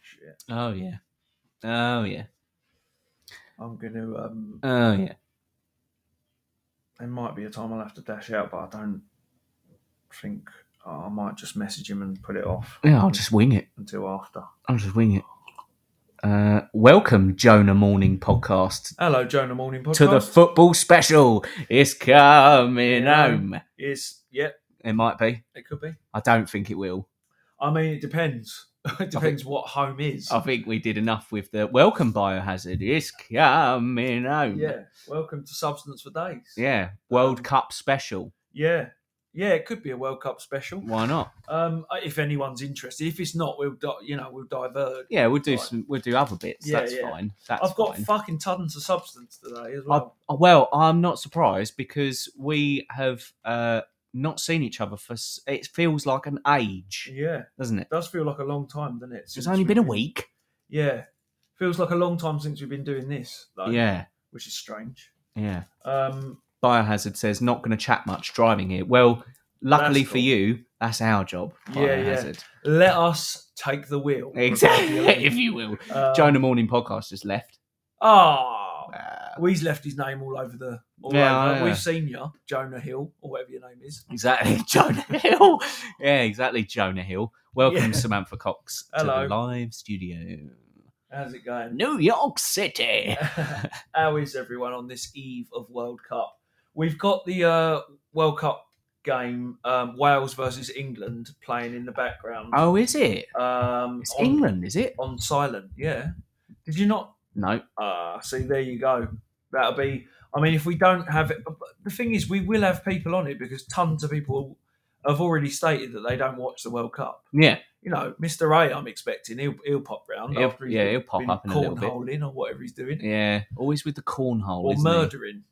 shit. Oh yeah. Oh yeah. I'm gonna. Um, Oh yeah. there might be a time I'll have to dash out, but I don't think I might just message him and put it off Yeah, I'll just wing it. until after. I'll just wing it. Uh, welcome, Jonah Morning Podcast, Hello, Jonah Morning Podcast. to the football special. It's coming Yeah. home. is yep, It might be. it could be. I don't think it will. I mean, it depends. it depends what home is. I think we did enough with the welcome biohazard. It's coming home. yeah. Welcome to Substance for Days. Yeah. World Um, Cup special. Yeah. Yeah, it could be a World Cup special. Why not? Um, if anyone's interested, if it's not, we'll di- you know we'll divert. Yeah, we'll do Right. some. We'll do other bits. Yeah, That's yeah. fine. That's I've got fine. fucking tons of substance today as well. Oh, well, I'm not surprised because we have uh, not seen each other for. s- It feels like an age, yeah, it doesn't it? does feel like a long time, doesn't it? It's since only we've been a week. Yeah, feels like a long time since we've been doing this. Though, Yeah, which is strange. yeah. Um, Biohazard says not going to chat much driving here. Well, luckily That's for cool. you, that's our job. Yeah, yeah. Biohazard, let us take the wheel. exactly, if you will. Uh, Jonah Morning podcast just left. Ah, Uh, we's left his name all over the. All Yeah, over. yeah. We've seen you, Jonah Hill, or whatever your name is. exactly, Jonah Hill. Yeah, exactly, Jonah Hill. Welcome, Yeah. Samantha Cox, Hello. to the live studio, How's it going? New York Uh, City. How is everyone on this eve of World Cup? We've got the uh, World Cup game, um, Wales versus England, playing in the background. Oh, is it? um, It's on, England, is it? on silent. Yeah. Did you not No. Ah, see, there you go. That'll be. I mean, if we don't have it, but the thing is, we will have people on it because tons of people have already stated that they don't watch the World Cup. Yeah. You know, Mister A, I'm expecting he'll he'll pop round. He'll- after he's yeah, been- he'll pop been up in a little bit. cornholing or whatever he's doing, Yeah. Always with the cornhole. or isn't he? murdering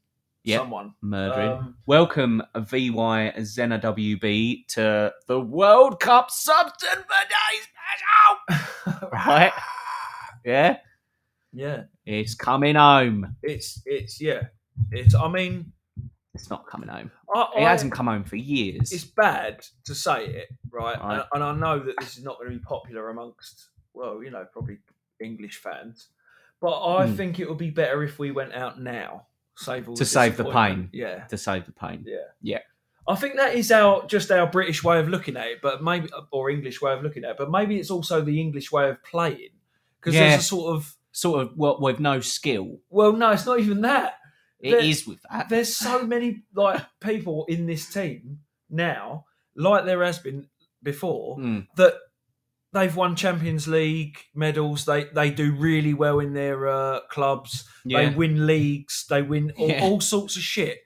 Yeah. someone. Murdering. Um, Welcome, VY Zena WB, to the World Cup Substance for Days Special. Right? Yeah. yeah, It's coming home. it's it's yeah, it's. I mean, It's not coming home. I, It I- hasn't come home for years. It's bad to say it, right? Right. And, and I know that this is not going to be popular amongst, well, you know, probably English fans, but I Hmm. think it would be better if we went out now, save all To save the disappointment. Yeah, to save the pain. I think that is our just our British way of looking at it, but maybe or English way of looking at it, but maybe it's also the English way of playing because Yeah. there's a sort of Sort of well, with no skill. well, no, it's not even that. It is There- with that. There's so many like people in this team now, like there has been before, Mm. that they've won Champions League medals. They they do really well in their uh, clubs. Yeah. They win leagues. They win all, Yeah. all sorts of shit.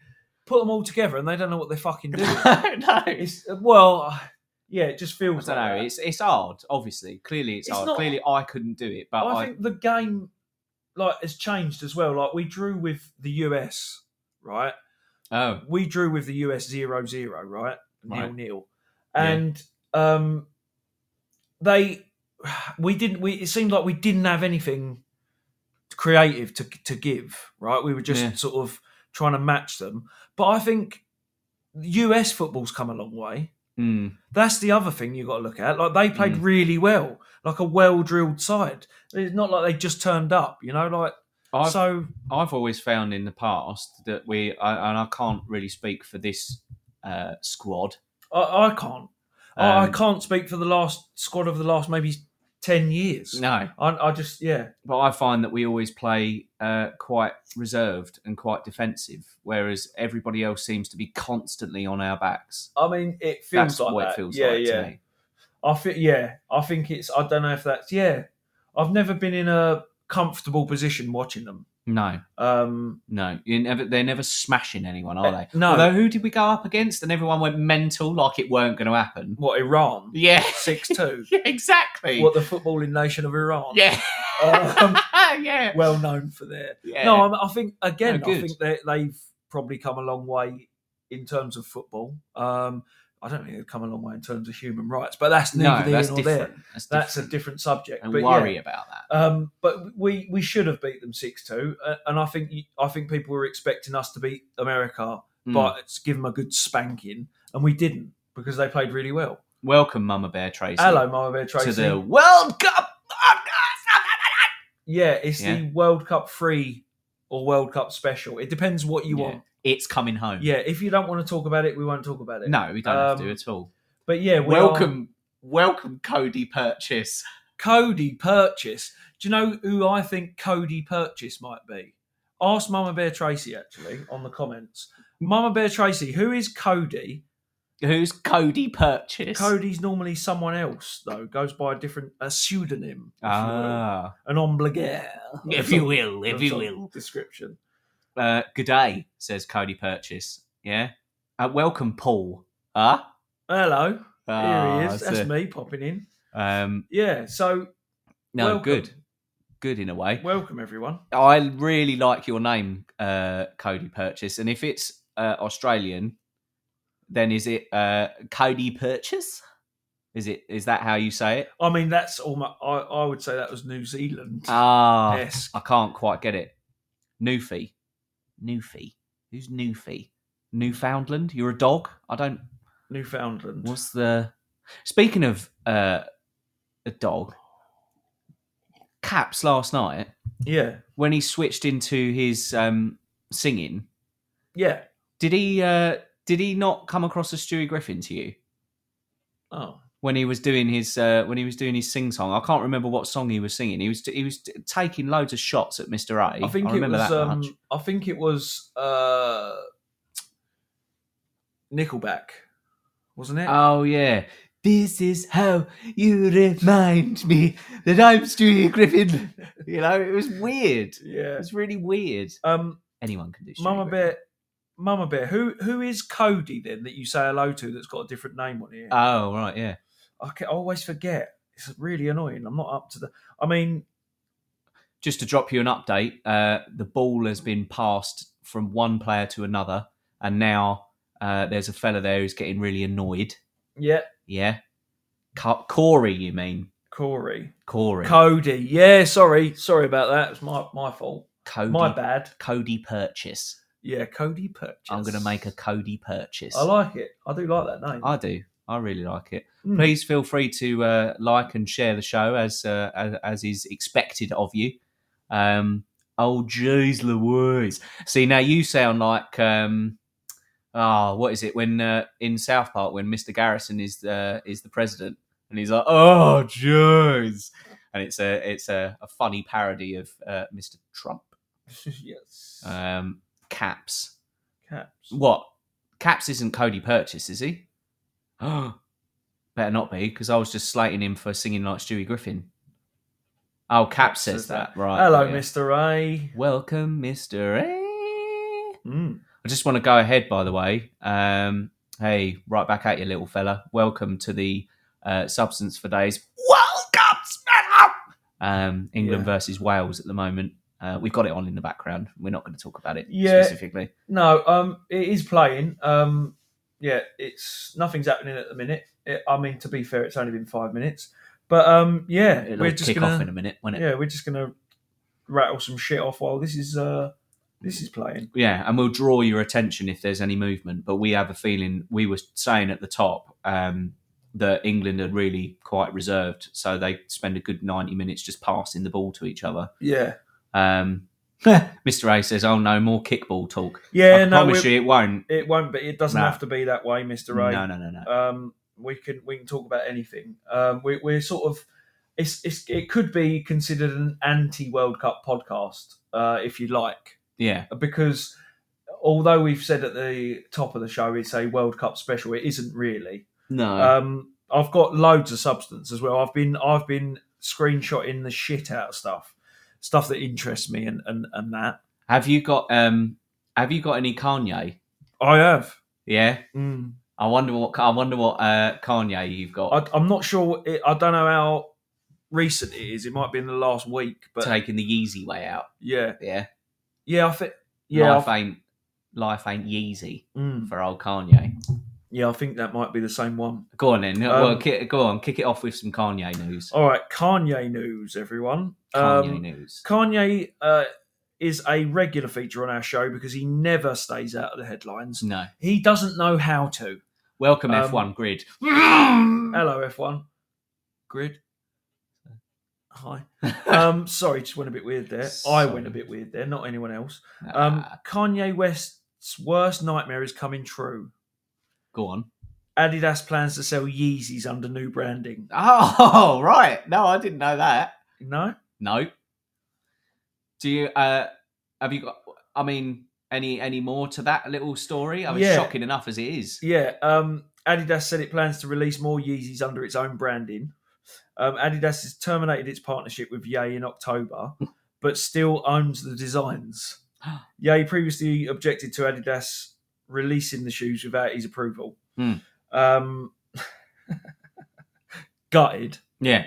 Put them all together, and they don't know what they're fucking doing. no. it's uh, well, yeah, it just I feels. don't like know. that. It's it's hard. Obviously, clearly it's, It's hard. not- Clearly, I couldn't do it, but I, I, think the game like has changed as well. Like we drew with the US, right? oh we drew with the US 0 0, right? Nil Right. nil. Yeah. And um, they, we didn't, we, it seemed like we didn't have anything creative to, to give, right? We were just Yeah. sort of trying to match them. But I think US football's come a long way. mm, That's the other thing you've got to look at. Like they played Mm. really well, like a well drilled side. It's not like they just turned up, you know, like, I've so I've always found in the past that we I, and I can't really speak for this uh, squad. I, I can't. I I Um, can't speak for the last squad of the last maybe ten years. No, I, I just yeah but I find that we always play uh, quite reserved and quite defensive, whereas everybody else seems to be constantly on our backs. I mean it feels That's like what that. it feels yeah, like yeah. to me. I feel yeah. I think it's. I don't know if that's yeah. I've never been in a comfortable position watching them. No, Um, no, you never. They're never smashing anyone, Uh, are they? no. Although who did we go up against? And everyone went mental, like it weren't going to happen. what Iran Yeah, six two? Yeah, exactly. What the footballing nation of Iran? yeah. Um, yeah. well known for their. yeah. No, I'm, I think again. No, I good. think they, they've probably come a long way in terms of football. Um, I don't think they've come a long way in terms of human rights, but that's neither no, here that's nor there. different. That's, that's a different. different subject. And but worry yeah, about that. um, but we we should have beat them six two, uh, and I think you- I think people were expecting us to beat America, Mm. but it's give them a good spanking, and we didn't because they played really well. Welcome, Mama Bear Tracy. Hello, Mama Bear Tracy. to the World Cup podcast. Yeah, it's Yeah. the World Cup free or World Cup special. It depends what you Yeah. want. It's coming home. Yeah, if you don't want to talk about it, we won't talk about it. No, we don't have to Um, at all. But yeah, we are- welcome, welcome, Cody Purchase. Cody Purchase. Do you know who I think Cody Purchase might be? Ask Mama Bear Tracy actually on the comments. Mama Bear Tracy, who is Cody? Who's Cody Purchase? Cody's normally someone else though, goes by a different a pseudonym, if Ah, you will, an obligé, if you will, if you will. description. Uh, good day, says Cody Purchase. Yeah. Uh, welcome, Paul. Huh? Hello, Ah, here he is. so, That's me popping in. Um, Yeah, so no, Welcome. good, good in a way. welcome everyone. I really like your name, uh, Cody Purchase. And if it's uh, Australian, then is it uh, Cody Purchase? Is it is that how you say it? I mean, that's all my. I, I would say that was New Zealand. Ah, Yes. I can't quite get it. Newfie, Newfie. Who's Newfie? Newfoundland. You're a dog. I don't. Newfoundland. What's the? Speaking of uh, a dog, Caps last night Yeah, when he switched into his um, singing. yeah. Did he uh did he not come across as Stewie Griffin to you Oh, when he was doing his uh when he was doing his sing song? I can't remember what song he was singing. He was he was t- taking loads of shots at Mr. A. I think it remember was. that Um, much. I think it was uh, Nickelback, wasn't it? Oh yeah. This is how you remind me that I'm Stewie Griffin. you know, it was weird. It yeah. was really weird. Um, Anyone can do Stewie Mama Griffin. Bear, Mama Bear. Who who is Cody then that you say hello to? That's got a different name on here. Oh right, yeah. I, ca- I always forget. It's really annoying. I'm not up to the. I mean, just to drop you an update, uh, the ball has been passed from one player to another, and now uh, there's a fella there who's getting really annoyed. yeah, Yeah, Co- Corey, you mean Corey, Corey? Cody. Yeah, sorry, sorry about that. It's my my fault. Cody, My bad. Cody Purchase. Yeah, Cody Purchase. I'm going to make a Cody Purchase. I like it. I do like that name. I do. I really like it. Mm. Please feel free to uh, like and share the show as uh, as, as is expected of you. Um, oh, jeez Louise. See, now you sound like um, oh, what is it when uh, in South Park when Mr. Garrison is the is the president and he's like, oh, jeez, and it's a it's a, a funny parody of uh, Mr. Trump. yes. Um, Caps. Caps. What? Caps isn't Cody Purchase, is he? Better not be, because I was just slating him for singing like Stewie Griffin. Oh, Caps says that, right. Hello, yeah. Mr. A. Welcome, Mr. A. Mm. I just want to go ahead, by the way. Um, hey, right back at you, little fella. Welcome to the uh, Substance for Days World Cup special. Um, England Yeah. versus Wales at the moment. Uh, we've got it on in the background. We're not going to talk about it Yeah. specifically. No, um, it is playing. Um, yeah, it's nothing's happening at the minute. It, I mean, to be fair, it's only been five minutes, but um, yeah, It'll we're just kick gonna, off in a minute, won't it? yeah, we're just gonna rattle some shit off while this is uh, this is playing. Yeah, and we'll draw your attention if there's any movement. But we have a feeling we were saying at the top um, that England are really quite reserved, so they spend a good ninety minutes just passing the ball to each other. Yeah, Um, Mr. A says, "Oh no, more kickball talk." yeah. I no, promise we're- you, it won't. it won't. But it doesn't No. have to be that way, Mister A. No, no, no, no. Um, we can we can talk about anything. Um, we, we're sort of it's, it's it could be considered an anti World Cup podcast uh, if you like, Yeah, because although we've said at the top of the show it's a World Cup special, it isn't really. no. Um, I've got loads of substance as well. I've been I've been screenshotting the shit out of stuff, stuff that interests me and and, and that have you got um? Have you got any Kanye? I have. Yeah, Mm. I wonder what I wonder what uh, Kanye you've got I, I'm not sure. It, I don't know how recent it is. It might be in the last week, but taking the Yeezy way out. yeah. Yeah, Yeah, I think. Yeah, I life ain't life ain't Yeezy thi- mm. for old Kanye. yeah, I think that might be the same one. Go on then. Um, well, ki go on. Kick it off with some Kanye news. All right, Kanye news, everyone. Kanye um, news. Kanye uh, is a regular feature on our show because he never stays out of the headlines. No. He doesn't know how to. Welcome um, F1 grid. Hello, F1. Grid. Hi. Um, sorry, just went a bit weird there. I went Sorry. Ah. a bit weird there, not anyone else. Um, Kanye West's worst nightmare is coming true. go on. Adidas plans to sell Yeezys under new branding. Oh, right. No, I didn't know that. No? No. Do you? Uh, have you got? I mean, any any more to that little story? I mean, Yeah. shocking enough as it is. Yeah. Um, Adidas said it plans to release more Yeezys under its own branding. Um, Adidas has terminated its partnership with Ye in October, but still owns the designs. Ye previously objected to Adidas releasing the shoes without his approval. Hmm. Um, gutted. Yeah,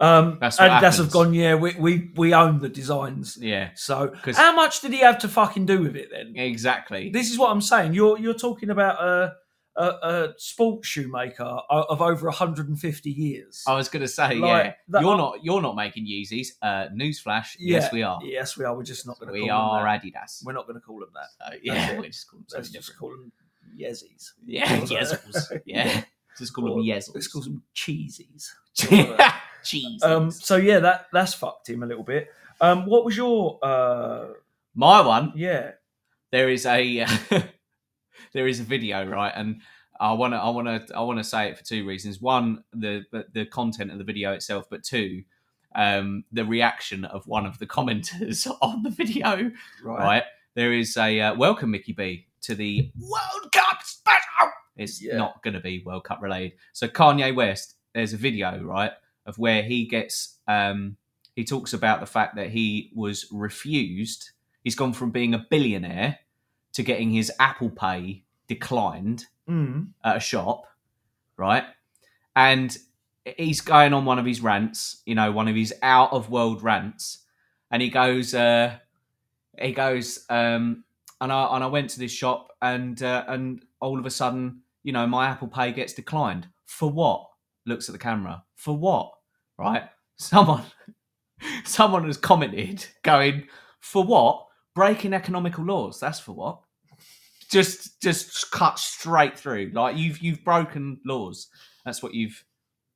Um, That's what Adidas have happens. gone. Yeah, we, we we own the designs. yeah, So 'Cause- how much did he have to fucking do with it then? exactly. This is what I'm saying. You're you're talking about a a, a sports shoemaker o- of over 150 years. I was gonna Like, say, Oh, yeah, that- you're not you're not making Yeezys. Uh, newsflash, Yeah. yes, we are. yes, we are. We're just not going to. we call are Them that. Adidas. We're not going to call them that. So, Uh, yeah, it. we just call them Let's something just different. call them Yeezys. yeah, Yeezels. Yeah, just call them Or- Yeezels. Let's call them cheesies. Jeez. Um, so yeah, that that's fucked him a little bit. Um, what was your uh, My one. yeah? There is a uh, there is a video, right? And I want to I want to I want to say it for two reasons. One, the the- the content of the video itself, but two, um, the reaction of one of the commenters on the video. Right. right? There is a uh, welcome, Mickey B, to the World Cup special. It's Yeah. not going to be World Cup related. So Kanye West, there's a video, right, of where he gets, um, he talks about the fact that he was refused. He's gone from being a billionaire to getting his Apple Pay declined Mm. at a shop, right? And he's going on one of his rants, you know, one of his out of world rants, and he goes, uh, he goes, um, and I and I went to this shop, and uh, and all of a sudden, you know, my Apple Pay gets declined for what? Looks at the camera for what? Right? Someone, someone has commented going for what? Breaking economical laws. That's for what? just just cut straight through. Like you've you've broken laws. That's what you've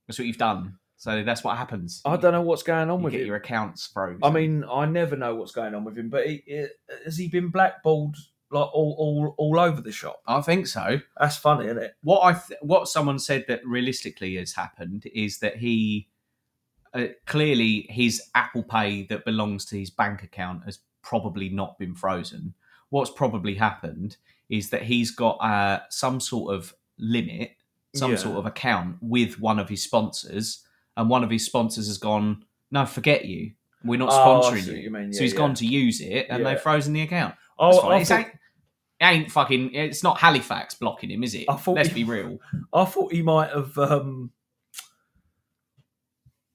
that's what you've done. So that's what happens. I don't know what's going on You with get it. your accounts frozen. I mean, I never know what's going on with him, but he, he- has he been blackballed like all, all all over the shop? I think so. That's funny, isn't it? What I th- what someone said that realistically has happened is that he uh, clearly his Apple Pay that belongs to his bank account has probably not been frozen. What's probably happened is that he's got uh, some sort of limit some Yeah. sort of account with one of his sponsors, and one of his sponsors has gone, "No, forget you. We're not Oh, I sponsoring see what you." you mean. so Yeah, he's yeah. gone to use it, and Yeah. they've frozen the account. That's Oh, fine. I, It's thought, ain't, it ain't fucking. It's not Halifax blocking him, is it? I thought Let's you- be real. I thought he might have. Um,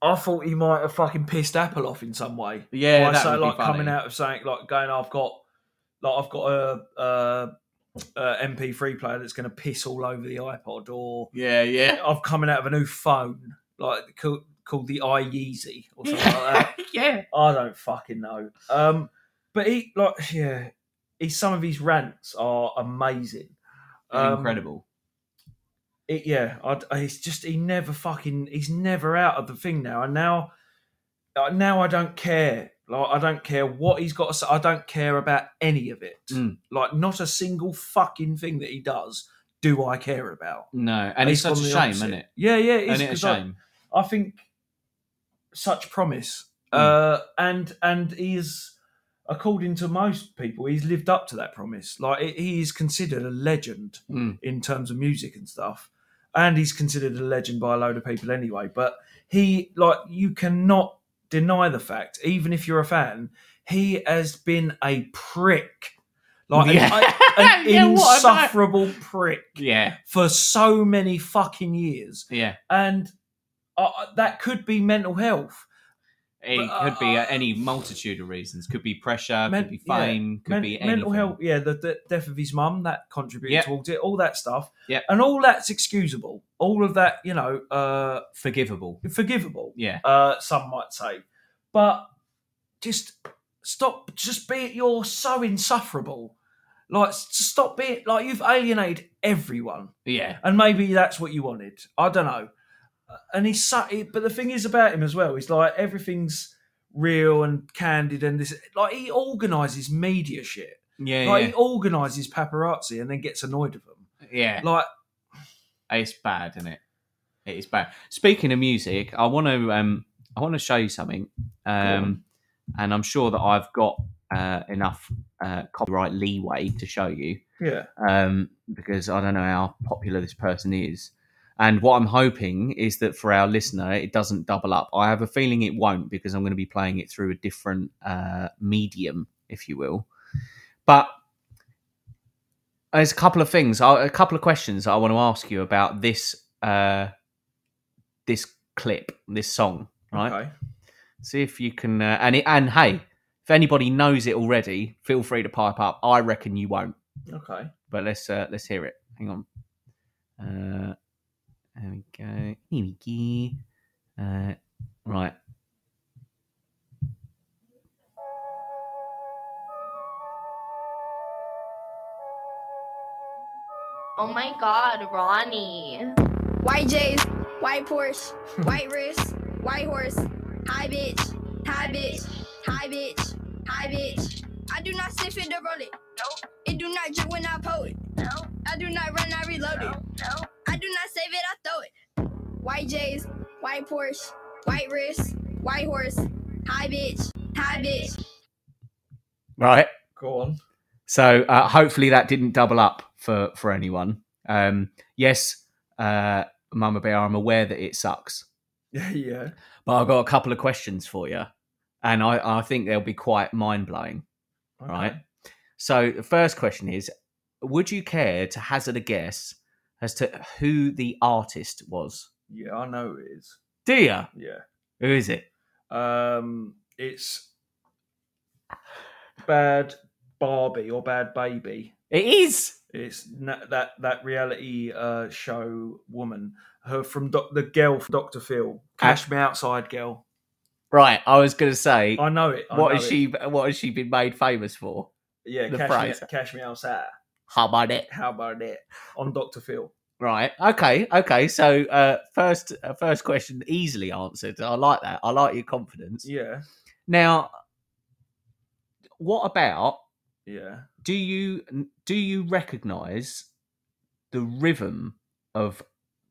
I thought he might have fucking pissed Apple off in some way. Yeah, By that say, would be like funny. coming out of saying like going, I've got like I've got a, a, a MP3 player that's going to piss all over the iPod, or Yeah, yeah, I've coming out of a new phone like called, called the iYeezy or something like that. yeah. I don't fucking know. Um, but he like yeah, he, some of his rants are amazing. Um, Incredible. it, yeah, I'd, it's just he never fucking he's never out of the thing now, and now uh, now I don't care. Like I don't care what he's got to say. I don't care about any of it. Mm. Like not a single fucking thing that he does do I care about. No, and He's it's such a gone the shame, opposite. isn't it? Yeah, yeah, it is, Isn't it a 'cause I- shame? I think such promise, Mm. uh, and and he is, according to most people, he's lived up to that promise. Like he- he is considered a legend Mm. in terms of music and stuff, and he's considered a legend by a load of people anyway. But he, like, you cannot deny the fact, even if you're a fan, he has been a prick, like an- Yeah. an, Yeah, what a night. insufferable prick Yeah, for so many fucking years yeah. and uh, that could be mental health. It But, could be uh, uh, any multitude of reasons. Could be pressure. Men- could be yeah. fame. Could Men- be anything. mental health, yeah, the, the death of his mum that contributed Yep. towards it, all that stuff, Yep. and all that's excusable. All of that, you know, uh, Forgivable. forgivable. Yeah. Uh, some might say, but just stop. Just be it. You're so insufferable. Like, s- stop being like you've alienated everyone, Yeah. and maybe that's what you wanted. I don't know. and he's so, he- but the thing is about him as well, he's like everything's real and candid and this like he organizes media shit. Yeah, Like he organizes paparazzi and then gets annoyed of them. yeah, yeah. Like It's bad, isn't it? It is bad. Speaking of music, I want to um, I want to show you something, um, and I'm sure that I've got uh, enough uh, copyright leeway to show you. yeah. um, because I don't know how popular this person is. And what I'm hoping is that for our listener, it doesn't double up. I have a feeling it won't because I'm going to be playing it through a different uh, medium, if you will. But there's a couple of things, I- a couple of questions I want to ask you about this uh, this clip, this song, right? Okay. See if you can. Uh, and it, and hey, if anybody knows it already, feel free to pipe up. I reckon you won't Okay. but let's uh, let's hear it. Hang on. Uh, there we go. Here we go. Uh, right. Oh my god, Ronnie. White J's, white Porsche, white wrist, white horse. Hi bitch, hi bitch, hi bitch, hi bitch. I do not sniff it to roll it. No. It do not drip when I pull it. No. I do not run, I reload it. No. I do not save it, I throw it. White J's, white Porsche, white wrist, white horse. Hi bitch, hi bitch. Right. Go on. So uh, hopefully that didn't double up for for anyone. Um, yes, uh, Mama Bear, I'm aware that it sucks, Yeah, yeah. but I've got a couple of questions for you, and I I think they'll be quite mind blowing. Okay. Right. So the first question is: Would you care to hazard a guess as to who the artist was? Yeah, I know it is. Do you? Yeah. Who is it? Um, it's bad Barbie or bad baby. It is. It's na- that that reality uh, show woman, her from doc- the girl from Doctor Phil, Cash Me Outside girl. Right, I was going to say, I know it. I what know has it. she? What has she been made famous for? Yeah, the cash me, phrase? cash me outside. How about it? How about that on Doctor Phil? Right. Okay. Okay. So, uh, first, uh, first question easily answered. I like that. I like your confidence. Yeah, Now, what about? yeah. Do you do you recognise the rhythm of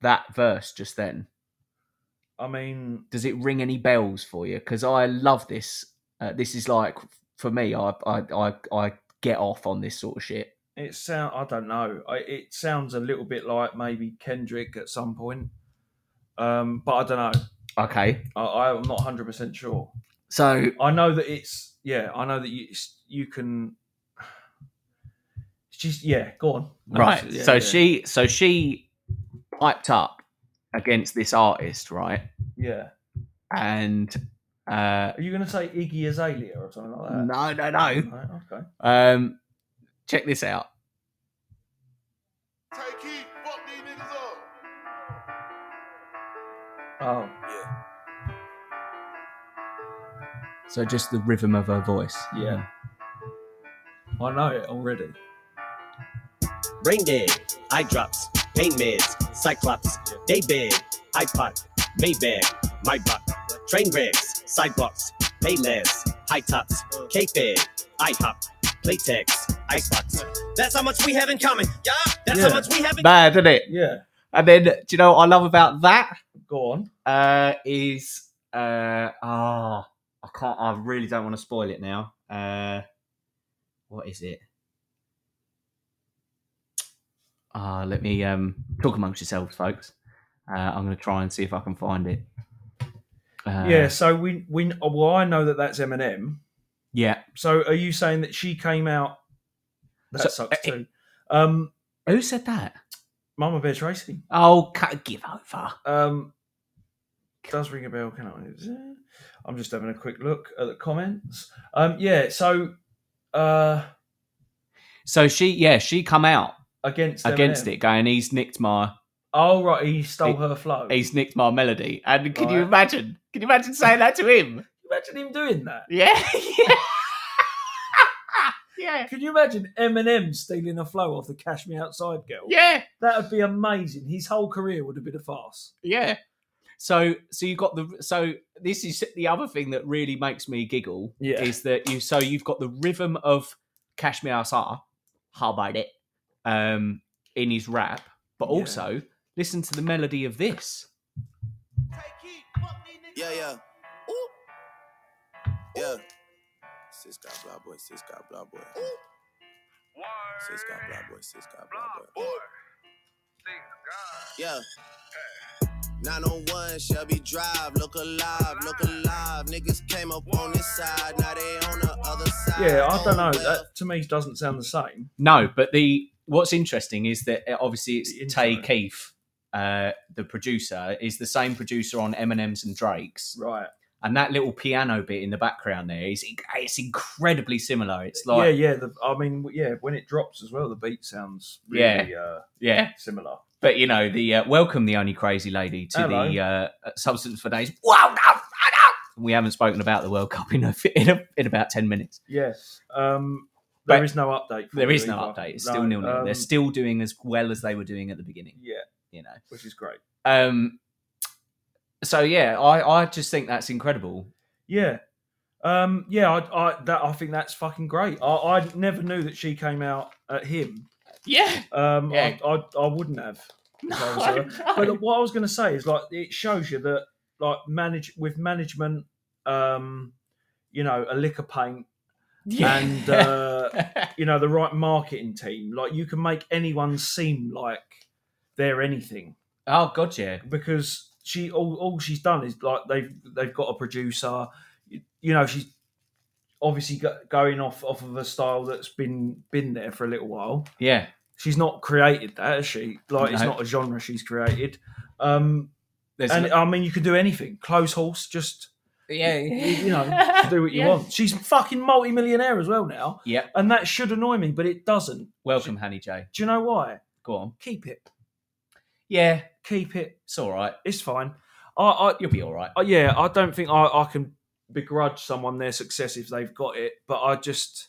that verse just then? I mean, does it ring any bells for you? Because I love this. Uh, this is like for me. I, I I I get off on this sort of shit. it sound. I don't know. I, it sounds a little bit like maybe Kendrick at some point, um, but I don't know. Okay, I, I'm not 100 percent sure. so I know that it's yeah. I know that you it's, you can. She's yeah. Go on. No, right, yeah, so yeah. she so she piped up against this artist, right? Yeah. And uh, Are you going to say Iggy Azalea or something like that? no, no, no. No, okay. Um, check this out. Take heat, fuck these niggas up. Oh So just the rhythm of her voice. yeah. I know it already. Brain dead, eye drops, pain meds, cyclops, day bed, iPod, Maybach, my buck, train wrecks, sidewalks, payless, high tops, K-Fed, IHOP, Playtex, Icebox. That's how much we have in common, yeah. That's Yeah. how much we have in Bad, isn't it? Yeah. And then do you know what I love about that? Go on. uh, is uh ah I can't I really don't want to spoil it now. Uh, what is it? Ah, let me um talk amongst yourselves, folks. Uh, I'm going to try and see if I can find it. Uh, yeah. So we we well I know that that's Eminem. yeah. So are you saying that she came out? That So- eh, sucks too. Um, Who said that? Mama Bear Tracy. Oh, cut, give over. Um, does ring a bell? Can I? I'm just having a quick look at the comments. Um, yeah. So, uh, So she, yeah, she come out against against Eminem. it, going, "He's nicked my, Oh right, he stole her flow. he's nicked my melody." And can you Right. imagine? Can you imagine saying that to him? Imagine him doing that. Yeah, yeah, yeah, Can you imagine Eminem stealing a flow off the Cash Me Outside girl? yeah, That would be amazing. His whole career would have been a farce. yeah. So so you got the so this is the other thing that really makes me giggle Yeah. is that you so you've got the rhythm of Kashmir Sar, how about it? Um in his rap, but Yeah. also listen to the melody of this. Yeah, yeah. Ooh. Yeah. Sis got blah boy, sis got blah boy. Sis got blah boy, sis got blah boy. Yeah. 901 Shelby Drive, look alive, look alive. Niggas came up on this side, now they on the other side. Yeah, I don't know. Oh, well. That to me doesn't sound the same. No, but the what's interesting is that uh, obviously it's The intro. Tay Keefe, uh, the producer, is the same producer on Eminem's and Drake's, Right. and that little piano bit in the background there is it's incredibly similar. It's yeah, like yeah. The, I mean, yeah, when it drops as well, the beat sounds really uh, yeah, similar. but you know the uh, welcome the only crazy lady to the Hello. uh, substance for days. Wow, no, no, no. we haven't spoken about the World Cup in a, in, a, in about ten minutes. Yes. Um, there But is no update. for There you is no either. update. It's still No, nil nil. um, They're still doing as well as they were doing at the beginning. yeah, You know. which is great. Um, so yeah, I, I just think that's incredible. Yeah. Um, yeah, I, I, that, I think that's fucking great. I, I never knew that she came out at him. Yeah, Um, Yeah. I, I, I wouldn't have. No, sir. But what I was going to say is like it shows you that like manage with management, um, you know, a lick of paint and uh, you know the right marketing team, like you can make anyone seem like they're anything oh god, yeah, because she all, all she's done is like they've they've got a producer, you, you know she's obviously go, going off off of a style that's been been there for a little while yeah, she's not created that, has she? Like, it's No. not a genre she's created. Um, There's and no- I mean, you could do anything. Close horse, just yeah, you know, do what you Yeah. want. She's fucking multi-millionaire as well now, yeah. and that should annoy me, but it doesn't. Welcome, Honey J. Do you know why? Go on. Keep it, Yeah, keep it. it's all right. It's fine. I, I, You'll be all right. I Uh, yeah, I don't think I, I can begrudge someone their success if they've got it, but I just.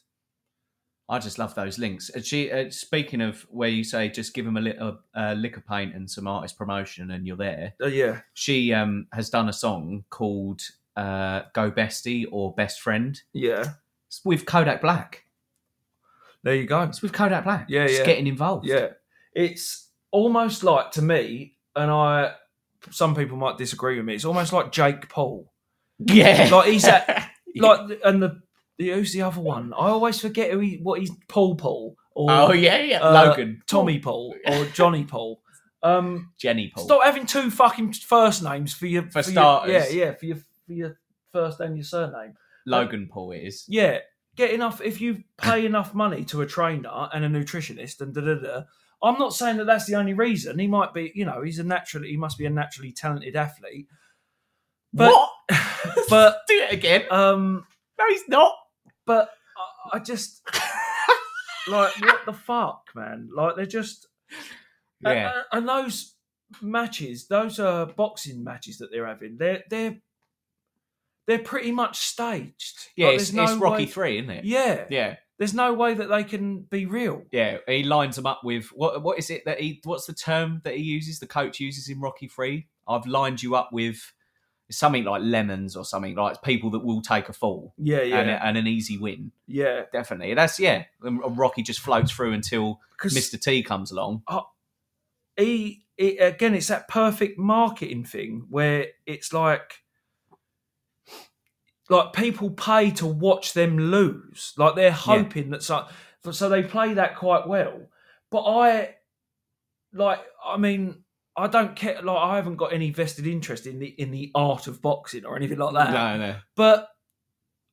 I just love those links. Uh, She, uh, speaking of where you say just give them a little uh, lick of paint and some artist promotion, and you're there. Uh, yeah, She um, has done a song called uh, "Go Bestie" or "Best Friend." yeah. It's with Kodak Black. There you go. It's with Kodak Black. Yeah, Just yeah. getting involved. Yeah, it's almost like to me, and I. Some people might disagree with me. It's almost like Jake Paul, yeah. like he's that, like, and the, the who's the other one? I always forget who he, what he's Paul Paul or Oh yeah, yeah. uh, Logan, Tommy Paul or Johnny Paul. Um, Jenny Paul. stop having two fucking first names for your For your- starters. yeah, yeah, for your for your first name, and your surname. Logan Paul it is. Yeah, get enough. If you pay enough money to a trainer and a nutritionist and da da da, I'm not saying that that's the only reason. He might be, you know, he's a naturally, he must be a naturally talented athlete. But- what? but- do it again. Um, No, he's not. but I, I just like what the fuck, man. Like they're just and- Yeah. and, and those matches, those uh boxing matches that they're having, they're they're they're pretty much staged. Yeah, Like, it's, there's it's no Rocky way- Three, isn't it? Yeah, Yeah. there's no way that they can be real. Yeah. He lines them up with what what is it that he what's the term that he uses, the coach uses in Rocky Three? I've lined you up with something like lemons or something like people that will take a fall Yeah, yeah, and, a- and an easy win. yeah. Definitely. That's yeah. And Rocky just floats through until 'Cause- Mr. T comes along. he it, again it's that perfect marketing thing where it's like like people pay to watch them lose like they're hoping that so, so they play that quite well but i like i mean i don't care like i haven't got any vested interest in the in the art of boxing or anything like that No, no. but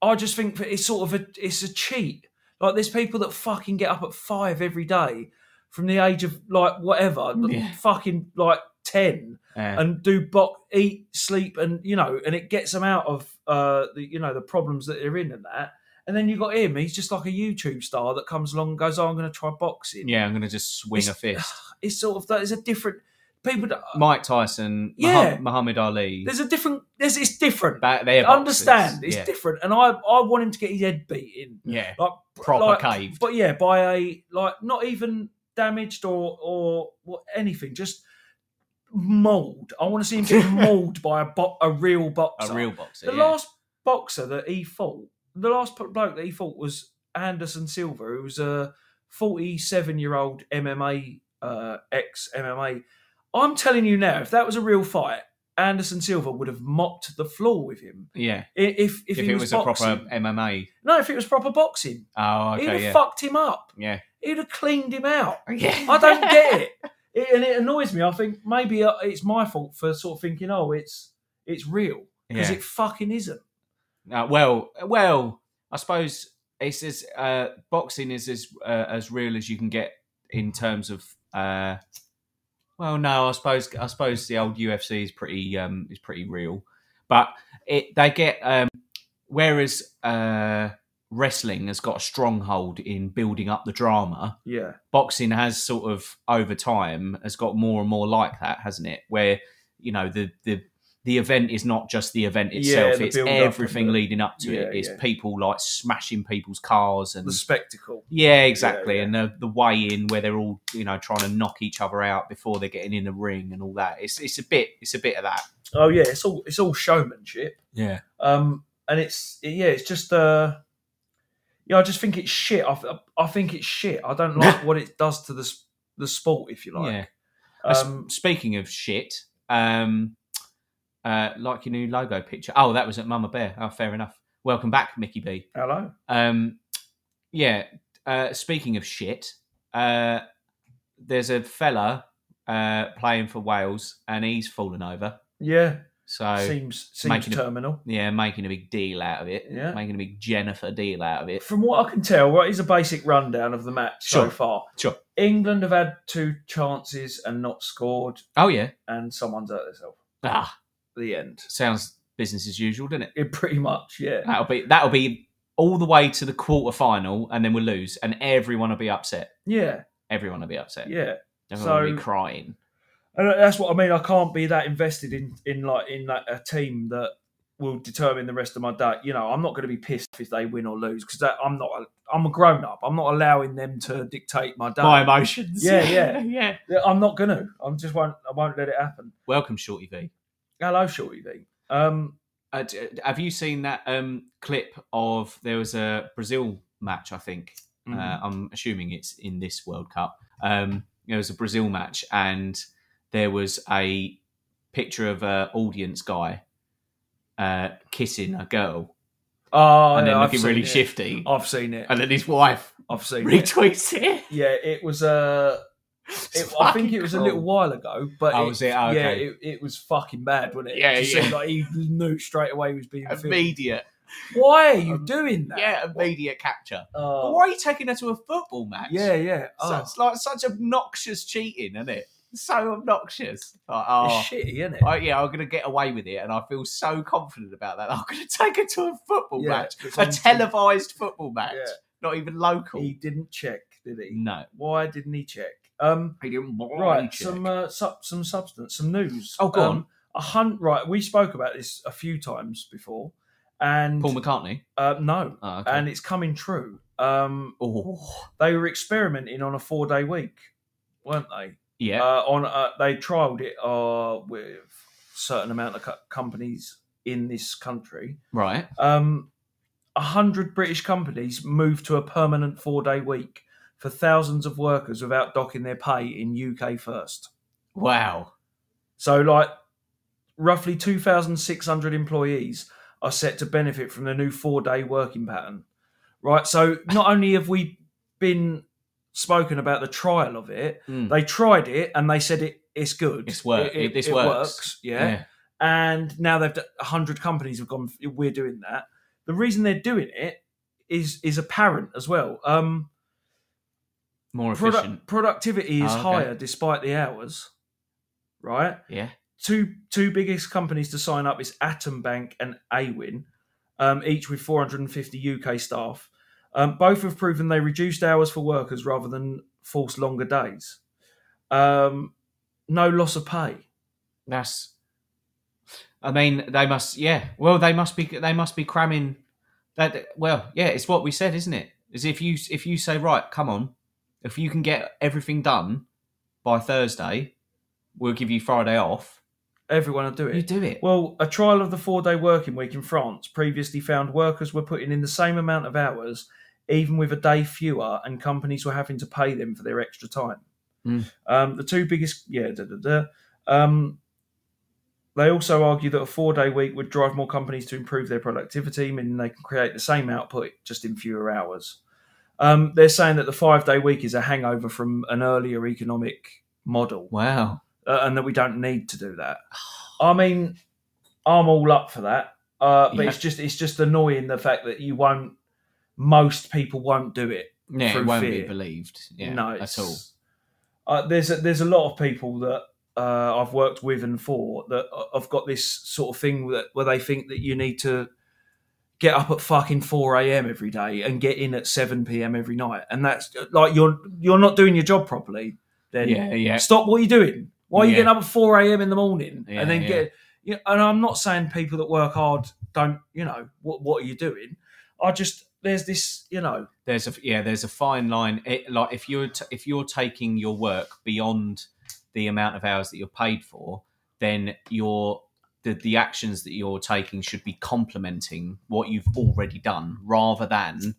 I just think that it's sort of a it's a cheat. Like there's people that fucking get up at five every day from the age of like whatever, Mm, Yeah. fucking like ten, Yeah. and do box, eat, sleep, and you know, and it gets them out of uh the you know the problems that they're in and that. And then you got him; he's just like a YouTube star that comes along and goes, "Oh, I'm going to try boxing." yeah, I'm gonna just swing a It's- fist. It's sort of that is a different people. don't- Mike Tyson, Yeah. Muhammad, Muhammad Ali. There's a different. There's it's different. Ba- they're boxers. Understand? It's yeah. different, and I I want him to get his head beaten. yeah, Like proper like, caved. But yeah, by a like not even damaged or or what anything, just mauled. I want to see him get mauled by a bo- a real boxer. A real boxer. the yeah. last boxer that he fought, the last p- bloke that he fought was Anderson Silva, who was a 47 year old MMA, uh, ex MMA. I'm telling you now, if that was a real fight, Anderson Silva would have mopped the floor with him. yeah. I- If, if, If, he it was, was, a boxing. proper MMA. No, if it was proper boxing, Oh, he'd have okay, yeah. fucked him up. yeah. He'd have cleaned him out. Yeah. I don't get it. it. And it annoys me. I think maybe uh, it's my fault for sort of thinking, oh, it's it's real. Because Yeah. it fucking isn't. Uh, well, well, I suppose it's as uh, boxing is as uh, as real as you can get in terms of. Uh, well, no, I suppose I suppose the old UFC is pretty um, is pretty real, but it they get um, whereas uh, wrestling has got a stronghold in building up the drama Yeah. boxing has sort of over time has got more and more like that, hasn't it? Where you know the the the event is not just the event Yeah, itself; the it's build-up and everything the- leading up to it. Yeah, It's yeah. people like smashing people's cars and The spectacle. yeah, exactly, yeah. and the the weigh in where they're all you know trying to knock each other out before they're getting in the ring and all that. It's it's a bit it's a bit of that. Oh yeah, it's all it's all showmanship. Yeah, Um, and it's yeah, it's just uh, yeah, I just think it's shit. I, th- I think it's shit. I don't like what it does to the s- the sport, if you yeah. like. uh, S- Um, Speaking of shit, um, uh, like your new logo picture. Oh, that was at Mama Bear. Oh, fair enough. Welcome back, Mickey B. hello. Um, yeah. Uh, speaking of shit, uh, there's a fella uh, playing for Wales, and he's fallen over. Yeah, So seems seems making a- terminal. yeah, making a big deal out of it. Yeah. Making a big Jennifer deal out of it. From what I can tell, what is a basic rundown of the match so Sure. far? Sure. England have had two chances and not scored, Oh yeah. and someone's hurt themselves. Ah, The end. sounds business as usual, doesn't it? It pretty much, yeah. That'll be that'll be all the way to the quarter final, and then we'll lose, and everyone will be upset. Yeah, Everyone will be upset. yeah. Everyone will be So- crying. And that's what I mean. I can't be that invested in in like in like a team that will determine the rest of my day. You know, I'm not going to be pissed if they win or lose because I'm not. A, I'm a grown up. I'm not allowing them to dictate my day. My emotions. Yeah, yeah. yeah. Yeah, I'm not going to. I'm just won't. I won't let it happen. Welcome, Shorty V. Hello, Shorty V. Um, Uh, d- have you seen that um, clip of there was a Brazil match? I think Mm-hmm. uh, I'm assuming it's in this World Cup. Um, there was a Brazil match, and there was a picture of an audience guy uh, kissing a girl, oh, and yeah, then I've looking seen really it. shifty, I've seen it. and then his wife I've seen it. retweets it. Yeah, it was Uh, It's it, I think fucking it was a cool. little while ago, but Oh, it- was it? Oh, yeah, okay. it, it was fucking bad, wasn't it? Yeah, It just yeah. seemed like he knew straight away he was being filmed. immediate. Why are you Um, doing that? Yeah, immediate capture. But Oh, why are you taking her to a football match? yeah, yeah. So Oh, it's like such obnoxious cheating, isn't it? So obnoxious. Like, oh, it's shitty, isn't it? I- yeah, I'm going to get away with it, and I feel so confident about that. I'm going to take her to a football Yeah, match, it's a on- televised football match, Yeah. not even local. He didn't check, did he? no, Why didn't he check? Um, he Mm. didn't want right, to check. some uh, sub, some substance, some news. Um, Oh, go on. A hunt. Right, we spoke about this a few times before, and Paul McCartney. uh, no, Oh, okay. and it's coming true. Um, oh, they were experimenting on a four day week, weren't they? yeah, Uh, on uh, they trialed it uh, with certain amount of co- companies in this country. right. um, 100 British companies moved to a permanent four day week for thousands of workers without docking their pay in UK first. Wow. So, like, roughly 2,600 employees are set to benefit from the new four day working pattern. Right. So, not only have we been spoken about the trial of it, Mm. they tried it and they said it, it's good. It's work- It, it- this it works. yeah and now they've d- 100 companies have gone we're doing that the reason they're doing it is is apparent as well um more product, efficient. productivity is Oh, okay. higher despite the hours right Yeah. two two biggest companies to sign up is atom bank and awin um, each with 450 uk staff um, both have proven they reduced hours for workers rather than force longer days um, no loss of pay That's. I mean, they must. Yeah. Well, they must be. They must be cramming. That. Well, yeah. It's what we said, isn't it? Is if you if you say right, come on, if you can get everything done by Thursday, we'll give you Friday off, Everyone will do it. you do it. Well, a trial of the four day working week in France previously found workers were putting in the same amount of hours, even with a day fewer, and companies were having to pay them for their extra time. Mm. Um, the two biggest, yeah, da, da, da. Um, they also argue that a four day week would drive more companies to improve their productivity, meaning they can create the same output just in fewer hours. Um, they're saying that the five day week is a hangover from an earlier economic model wow. uh, and that we don't need to do that. I mean, I'm all up for that, uh, but Yeah. it's just it's just annoying the fact that you won't. Most people won't do it. Yeah, Through it won't fear. be believed. Yeah, no, at all. it's- Uh, there's a, there's a lot of people that uh, I've worked with and for that uh, have got this sort of thing that where they think that you need to get up at fucking four a.m. every day and get in at seven p.m. every night, and that's uh, like you're you're not doing your job properly. Then Yeah, yeah. Stop what you're doing. Why are you Eh. Yeah. getting up at 4 a.m. in the morning Yeah, and then yeah. get. You know, and I'm not saying people that work hard don't, you know, what, what are you doing? I just, there's this, you know, There's a yeah. There's a fine line. It, like if you're t- if you're taking your work beyond the amount of hours that you're paid for, then your the, the actions that you're taking should be complementing what you've already done, rather than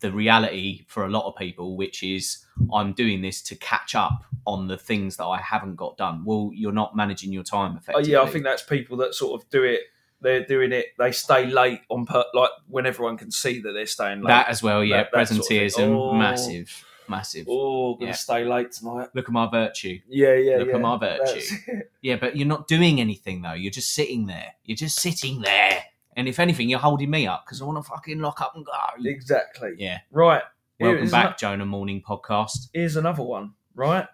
the reality for a lot of people, which is I'm doing this to catch up on the things that I haven't got done. Well, you're not managing your time oh, effectively. yeah, I think that's people that sort of do it. They're doing it. They stay late on per, like when everyone can see that they're staying late. that as well. Yeah, that- that sort of thing. presenteeism, Oh. massive, massive. oh, gonna yeah. stay late tonight. Look at my virtue. Yeah, yeah, Look yeah. at my virtue. That's- Yeah, but you're not doing anything though. You're just sitting there. You're just sitting there. And if anything, you're holding me up because I want to fucking lock up and go. exactly. Yeah. Right. Here Welcome is back, ano- Jonah Morning Podcast. here's another one, right?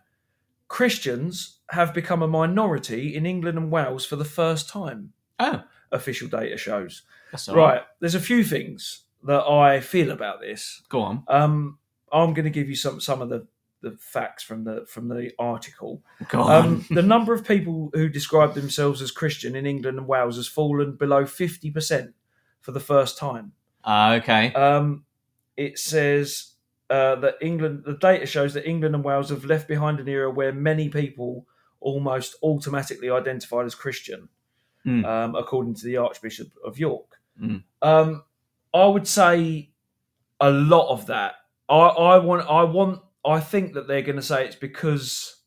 Christians have become a minority in England and Wales for the first time, Oh, official data shows. that's all right. right, there's a few things that I feel about this. Go on. Um, I'm going to give you some some of the, the facts from the from the article. Go on. Um, the number of people who describe themselves as Christian in England and Wales has fallen below 50% for the first time. Ah, okay. Um, it says uh, that England, the data shows that England and Wales have left behind an era where many people almost automatically identified as Christian, Mm. um, according to the Archbishop of York. Mm. Um, I would say a lot of that. I, I want, I want, I think that they're going to say it's because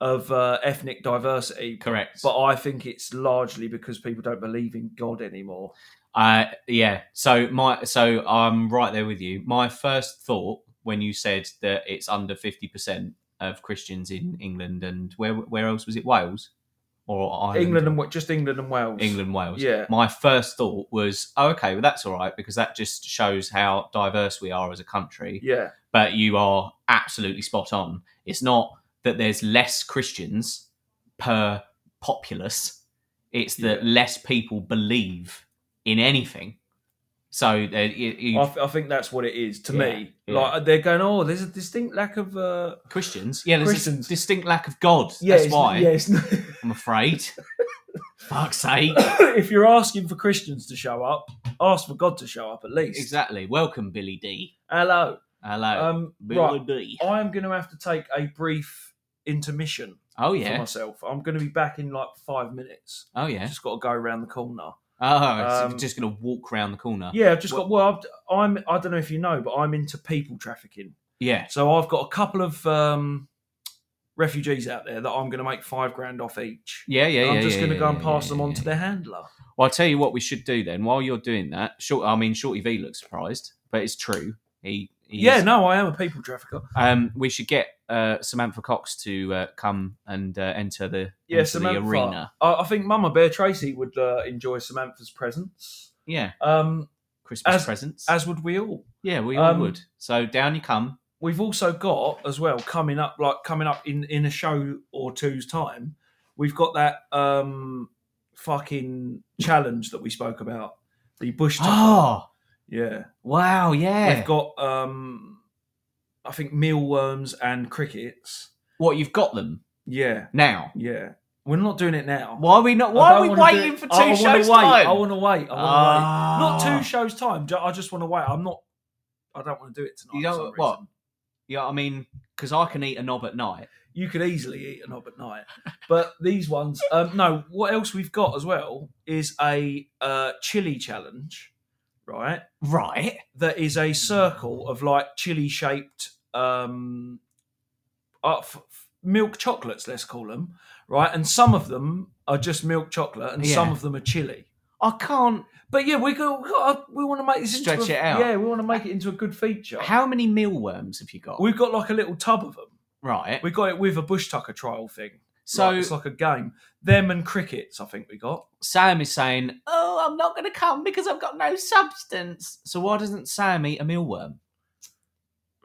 of uh, ethnic diversity. Correct. But I think it's largely because people don't believe in God anymore. Uh, yeah. So my so I'm right there with you. My first thought when you said that it's under fifty percent of Christians in England and where where else was it? Wales or Ireland? England and what? Just England and Wales. England, Wales. Yeah. My first thought was, oh, okay, well that's all right because that just shows how diverse we are as a country. Yeah. But you are absolutely spot on. It's not that there's less Christians per populace. It's that less people believe in anything. So uh, you, you- I, th- I think that's what it is to me. Yeah, Like they're going, oh, there's a distinct lack of. Uh, Christians, yeah, there's Christians. a distinct lack of God. yeah, that's it's- why Yeah, it's not- I'm afraid. Fuck's sake. if you're asking for Christians to show up, ask for God to show up at least. Exactly. Welcome, Billy D. Hello. Hello, Um, Billy right. D. I am going to have to take a brief intermission Oh for yeah. myself. I'm going to be back in like five minutes. Oh yeah. Just got to go around the corner. Oh, so Um, you're just gonna walk round the corner. Yeah, I've just Well- got. Well, I've, I'm. I don't know if you know, but I'm into people trafficking. Yeah. So I've got a couple of um, refugees out there that I'm going to make five grand off each. Yeah, yeah, And yeah. I'm just yeah, going to yeah, go and yeah, pass yeah, them on yeah. to their handler. Well, I'll tell you what we should do then. While you're doing that, short I mean Shorty V looks surprised, but it's true. He, he Yeah, is- no, I am a people trafficker. Um we should get uh, Samantha Cox to uh, come and uh, enter the Yeah, enter Samantha. the arena. I, I think Mama Bear Tracy would uh, enjoy Samantha's presence, Yeah. um, Christmas As- presents. as would we all. yeah, we all um, would. So down you come. We've also got as well coming up, like coming up in in a show or two's time. We've got that um, fucking challenge that we spoke about, the bush. Oh yeah. wow, yeah. We've got, um, I think, mealworms and crickets. what you've got them Yeah, now. yeah. We're not doing it now. Why are we not I why don't are we wanna do waiting it- for two I- I wanna shows wait. time? I want to wait. I want to wait. Not Ah. two shows time. ju- I just want to wait. I'm not. I don't want to do it tonight. You for know some what? reason. Yeah, I mean, because I can eat a knob at night. you could easily eat a knob at night. But these ones, um, no. What else we've got as well is a uh, chili challenge, right? Right. That is a circle of like chili shaped um, uh, f- f- milk chocolates. Let's call them right, and some of them are just milk chocolate, and some Yeah. of them are chili. I can't. But yeah, we go. we gotta- We want to make this into Stretch a- it out. Yeah, we want to make it into a good feature. How many mealworms have you got? We've got like a little tub of them. right. We got it with a bush tucker trial thing. So so it's like a game. Them and crickets, I think we got. Sam is saying, "Oh, I'm not going to come because I've got no substance." So why doesn't Sam eat a mealworm?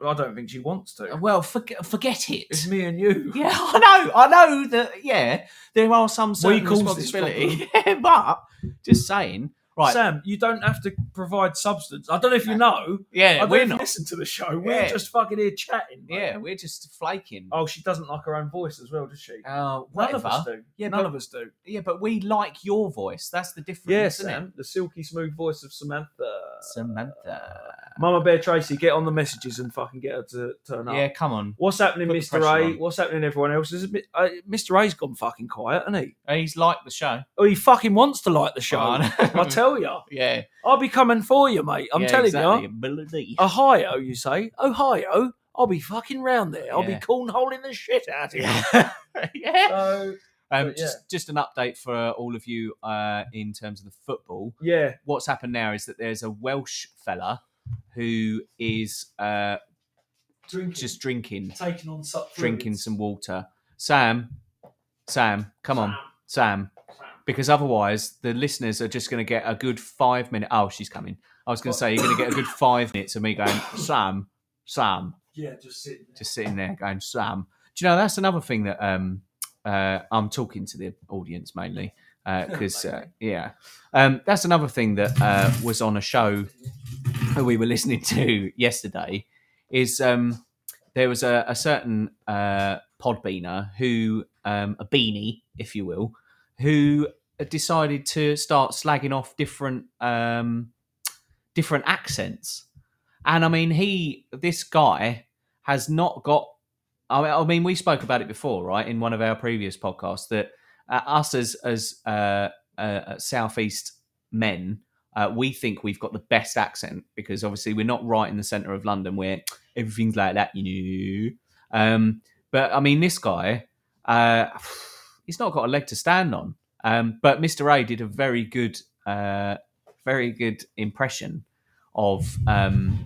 I don't think she wants to. Well, forget, forget it. It's me and you. Uh, Yeah, I know, I know that. Yeah, there are some certain caused this responsibility, yeah, but just saying, right? Sam, you don't have to provide substance. I don't know if you know. I yeah, don't we're if you not. Listen to the show. We're Yeah. just fucking here chatting. mate. Yeah, we're just flaking. Oh, she doesn't like her own voice as well, does she? Uh, None of whatever. us do. Yeah, None but- of us do. Yeah, but we like your voice. That's the difference, Yeah, isn't Sam, the silky smooth voice of Samantha. it? Samantha. Mama Bear Tracy, get on the messages and fucking get her to turn up. Yeah, come on. What's happening, Put the Mr. pressure A? on. What's happening, everyone else? Is it, mi- uh, Mr. A's gone fucking quiet, hasn't he? Uh, He's liked the show. Oh, he fucking wants to like the show. Oh, I know. I tell you, Yeah, I'll be coming for you, mate. I'm yeah, telling exactly. Oh, you. Ability. Ohio, you say? Ohio? I'll be fucking round there. I'll be Yeah. cornholing the shit out of you. yeah. yeah. So, Um, But yeah. just, just an update for uh, all of you uh, in terms of the football. yeah, What's happened now is that there's a Welsh fella who is uh, drinking, just drinking, taking on such drinking some water. Sam, Sam, come on, Sam, Sam. because otherwise the listeners are just going to get a good five minute. Oh, she's coming. I was going to say you're going to get a good five minutes of me going, Sam, Sam, Yeah, just sitting there. just sitting there going, Sam. Do you know that's another thing that um uh I'm talking to the audience mainly because uh, yeah, um that's another thing that uh was on a show that we were listening to yesterday is um there was a, a certain uh podbeaner who um a beanie if you will who decided to start slagging off different um different accents and i mean he this guy has not got. I mean, I mean, we spoke about it before, right, in one of our previous podcasts that uh, us as as uh, uh, southeast men, uh, we think we've got the best accent because obviously we're not right in the centre of London where everything's like that, you know. Um, but I mean, this guy, uh, he's not got a leg to stand on. Um, but Mr. A did a very good, uh, very good impression of um,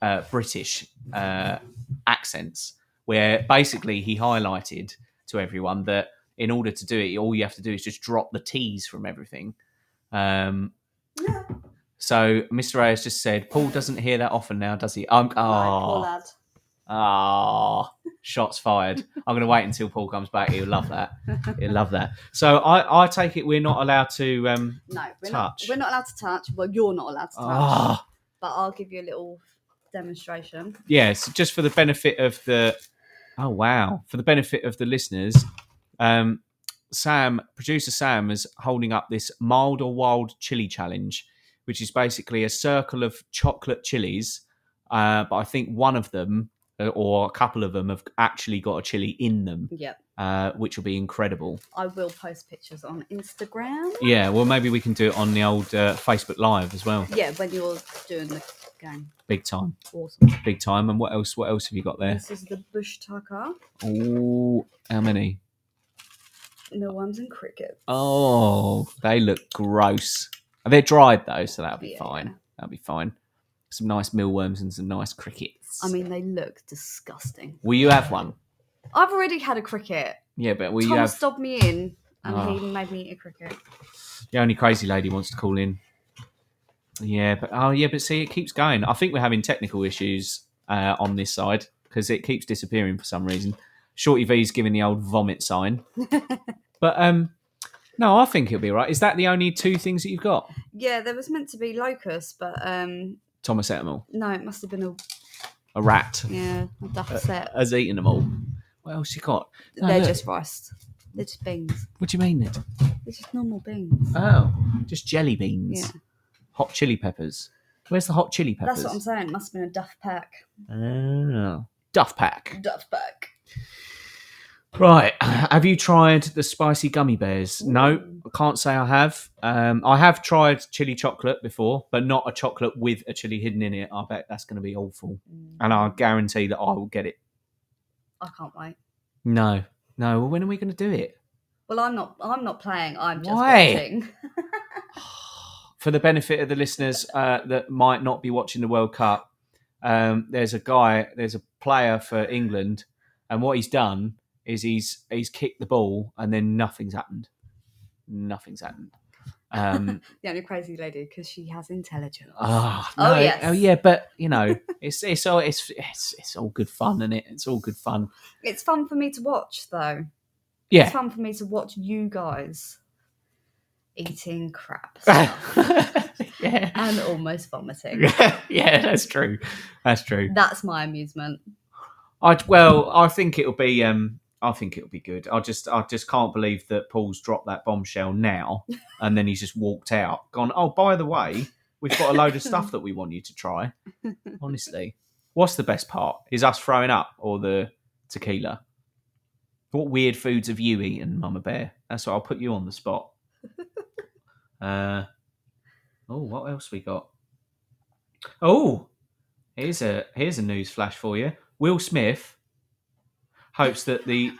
uh, British uh, accents, where basically he highlighted to everyone that in order to do it, all you have to do is just drop the T's from everything. Um, So Mr. A has just said, Paul doesn't hear that often now, does he? Um, oh, Ah, shots fired. I'm going to wait until Paul comes back. He'll love that. He'll love that. So I, I take it we're not allowed to. Um, No, we're not, Touch. we're not allowed to touch. Well, you're not allowed to touch. ah, But I'll give you a little demonstration. yes, just for the benefit of the. Oh wow! For the benefit of the listeners, um, Sam, producer Sam, is holding up this mild or wild chili challenge, which is basically a circle of chocolate chilies. Uh, but I think one of them uh, or a couple of them have actually got a chili in them, Yep. uh, which will be incredible. I will post pictures on Instagram. Yeah, well, maybe we can do it on the old uh, Facebook Live as well. Yeah, when you're doing the game. Big time, Awesome. big time. And what else? What else have you got there? This is the bush tucker, Oh, how many? millworms and crickets. Oh, they look gross. They're dried though, so that'll be Yeah. fine. That'll be fine. Some nice mealworms and some nice crickets. I mean, they look disgusting. will you have one? I've already had a cricket. Yeah, but will Tom you have? stobbed me in and Oh. he made me eat a cricket. The only crazy lady wants to call in. Yeah, but oh yeah, but see, it keeps going. I think we're having technical issues uh, on this side because it keeps disappearing for some reason. Shorty V's giving the old vomit sign, but um, no, I think it'll be all right. Is that the only two things that you've got, Yeah, there was meant to be locust, but um, Thomas Ettemall? no, it must have been a A rat yeah, a Uh, duck set. has eaten them all. What else you got? No, They're look. just rice. They're just beans. What do you mean? It? They're just normal beans. Oh, just jelly beans, Yeah. hot chili peppers. Where's the hot chili peppers? That's what I'm saying. Must have been a duff pack. Oh, Duff pack. Duff pack. Right. Have you tried the spicy gummy bears? No, I can't say I have. Um, I have tried chili chocolate before, but not a chocolate with a chili hidden in it. I bet that's going to be awful. Mm. And I guarantee that I will get it. I can't wait. No. No. Well, when are we going to do it? Well, I'm not. I'm not playing. I'm just Why? watching. for the benefit of the listeners uh, that might not be watching the World Cup, um, there's a guy, there's a player for England, and what he's done is he's he's kicked the ball, and then nothing's happened. Nothing's happened. Um, the only crazy lady because she has intelligence. ah, Oh, no, yes. oh yeah, but you know, it's it's all it's it's, it's all good fun, and it? It's all good fun. It's fun for me to watch, though. Yeah. It's fun for me to watch you guys eating crap stuff yeah. and almost vomiting. yeah, that's true. That's true. That's my amusement. I well, I think it'll be. Um, I think it'll be good. I just, I just can't believe that Paul's dropped that bombshell now, and then he's just walked out, gone. Oh, by the way, we've got a load of stuff that we want you to try. Honestly, what's the best part? Is us throwing up or the tequila? What weird foods have you eaten, Mama Bear? That's what I'll put you on the spot. Uh, oh, what else we got? Oh, Here's a here's a news flash for you. Will Smith hopes that the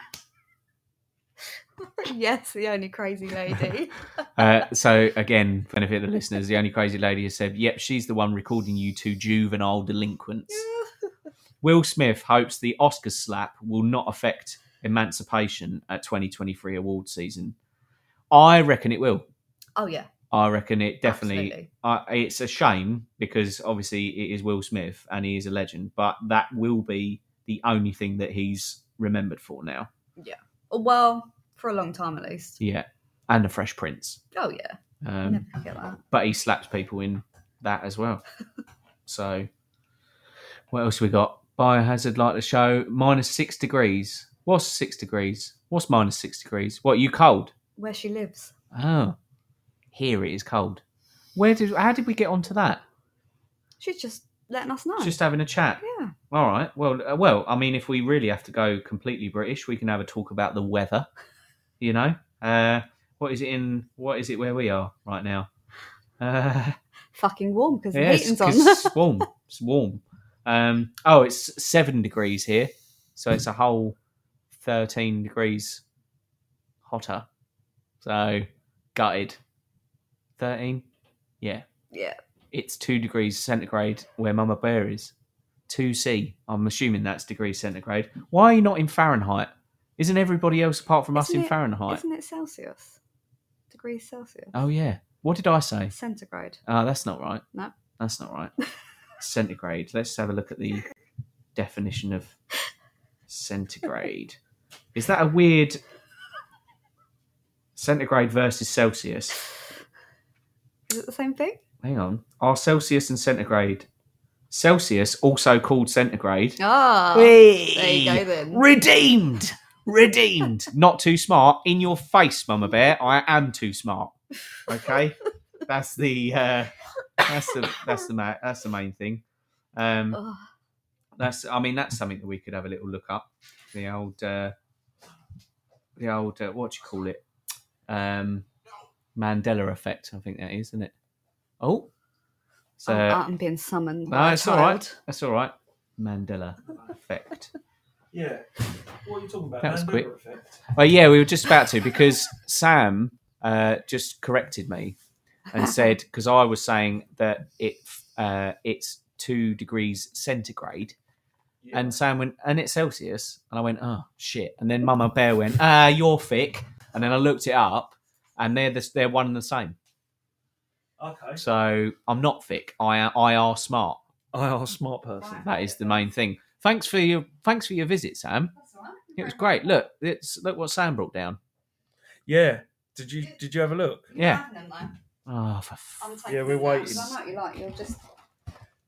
yes, the only crazy lady. uh, so again benefit of the listeners. The only crazy lady has said, "Yep, she's the one recording you two juvenile delinquents." Will Smith hopes the Oscar slap will not affect emancipation at 2023 award season. I reckon it will. oh yeah, I reckon it definitely absolutely. I it's a shame because obviously it is Will Smith and he is a legend, but that will be the only thing that he's remembered for now. Well, for a long time at least. Yeah, and the Fresh Prince. Oh yeah, I never Um, forget that. But he slaps people in that as well. so, what else we got? Biohazard like the show minus six degrees. What's six degrees? What's minus six degrees? What you cold? Where she lives. Oh, here it is cold. Where did? How did we get onto that? She's just letting us know. Just having a chat. yeah. All right. Well, uh, well. I mean, if we really have to go completely British, we can have a talk about the weather. You know, uh, what is it in? What is it where we are right now? Uh, Fucking warm because yeah, the it's, heating's on. 'cause it's warm. It's warm. Um, oh, it's seven degrees here, so it's a whole thirteen degrees hotter. So gutted. Thirteen. Yeah. yeah. It's two degrees centigrade where Mama Bear is. 2C. I'm assuming that's degrees centigrade. Why are you not in Fahrenheit? Isn't everybody else apart from us Isn't in it- Fahrenheit? Isn't it Celsius? Degrees Celsius. Oh, yeah. What did I say? Centigrade. Oh, that's not right. No. That's not right. centigrade. Let's have a look at the definition of centigrade. Is that a weird centigrade versus Celsius? Is it the same thing? Hang on. Are Celsius and centigrade? Celsius, also called centigrade, Ah. Hey. There you go then. Redeemed. Redeemed. Not too smart. In your face, Mama Bear. I am too smart. Okay? that's the uh that's the that's the ma- that's the main thing. Um Ugh. that's I mean that's something that we could have a little look up. The old uh the old uh, what do you call it? Um Mandela effect, I think that is, isn't it? Oh. So I'm, I'm being summoned. no, by a it's all right. child. That's all right. Mandela effect. Yeah. What are you talking about? That was Mandela quick. effect? Well, yeah, we were just about to because Sam uh, just corrected me and said because I was saying that it uh, it's two degrees centigrade, Yeah. and Sam went and it's Celsius, and I went oh shit, and then Mama Bear went ah you're thick, and then I looked it up, and they're the, they're one and the same. okay. So I'm not thick. I I are smart. I are a smart person. That is the main thing. Thanks for your thanks for your visit, Sam. It was great. Look, it's look what Sam brought down. Yeah. Did you did you have a look? Yeah. Oh, for f- Yeah, we're waiting. I know you like. You're just.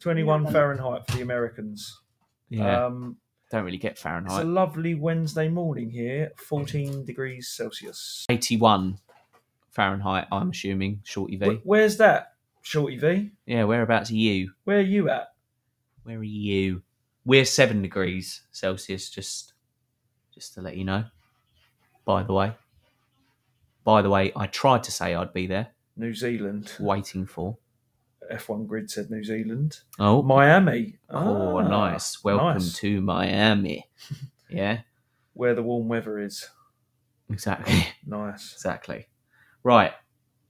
Twenty one Fahrenheit for the Americans. yeah. Um, don't really get it's Fahrenheit. a lovely Wednesday morning here, fourteen degrees Celsius. 81 Fahrenheit, I'm assuming, Shorty V. Wh- Where's that, Shorty V? yeah, whereabouts are you? Where are you at? Where are you? We're 7 degrees Celsius, just just to let you know. by the way. By the way, I tried to say I'd be there, New Zealand. waiting for. F1 Grid said New Zealand. Oh, Miami. oh, Ah, nice. Welcome nice. to Miami. Yeah, Where the warm weather is. exactly. Nice. Exactly. Right.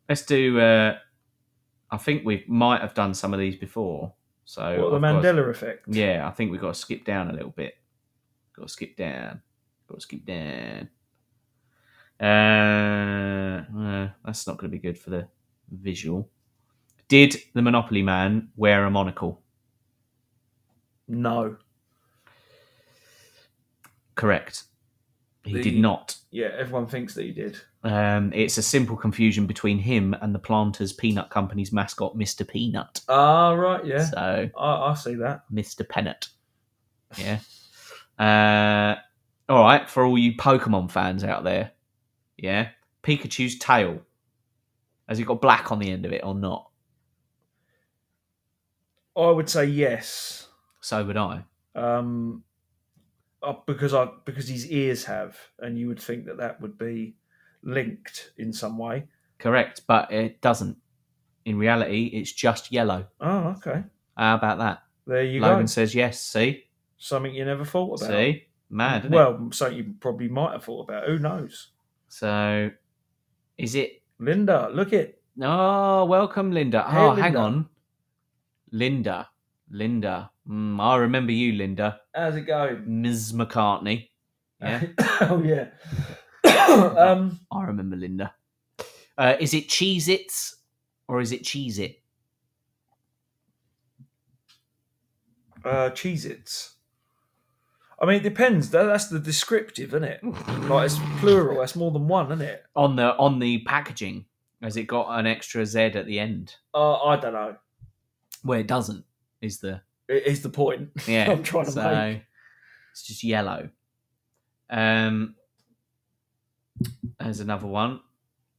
Let's do. Uh, I think we might have done some of these before. So What, the I've got- Mandela effect? Yeah, I think we've got to skip down a little bit. Got to skip down. Got to skip down. Uh, uh, that's not going to be good for the visual. Did the Monopoly Man wear a monocle? No. Correct. He The- did not. Yeah, everyone thinks that he did. Um, it's a simple confusion between him and the Planters Peanut Company's mascot, Mr. Peanut. Ah, right, yeah. So, I, I see that. Mr. Pennant. Yeah. Uh, all right, for all you Pokemon fans out there, yeah, Pikachu's tail has it got black on the end of it or not? I would say yes, So would I. um, uh, because I because his ears have, and you would think that that would be linked in some way. Correct, but it doesn't. In reality, it's just yellow. Oh, okay. How about that? There you Logan go. says yes. See, Something you never thought about. see, mad. Isn't it? well, something you probably might have thought about. Who knows? so is it? Linda, look it. Oh, welcome, Linda. Hey, oh, hang Linda. on, Linda, Linda. Mm, I remember you, Linda. How's it going? Ms. McCartney. Yeah, oh yeah. um, I remember Linda. Uh, is it Cheez Its or is it Cheese It? uh, Cheez Its. I mean, it depends. That, that's the descriptive, isn't it? Like it's plural. That's more than one, isn't it? On the on the packaging, has it got an extra Z at the end? Uh, I don't know. Where it doesn't is the It is the point. yeah. I'm trying to so make. it's just yellow. Um, there's another one.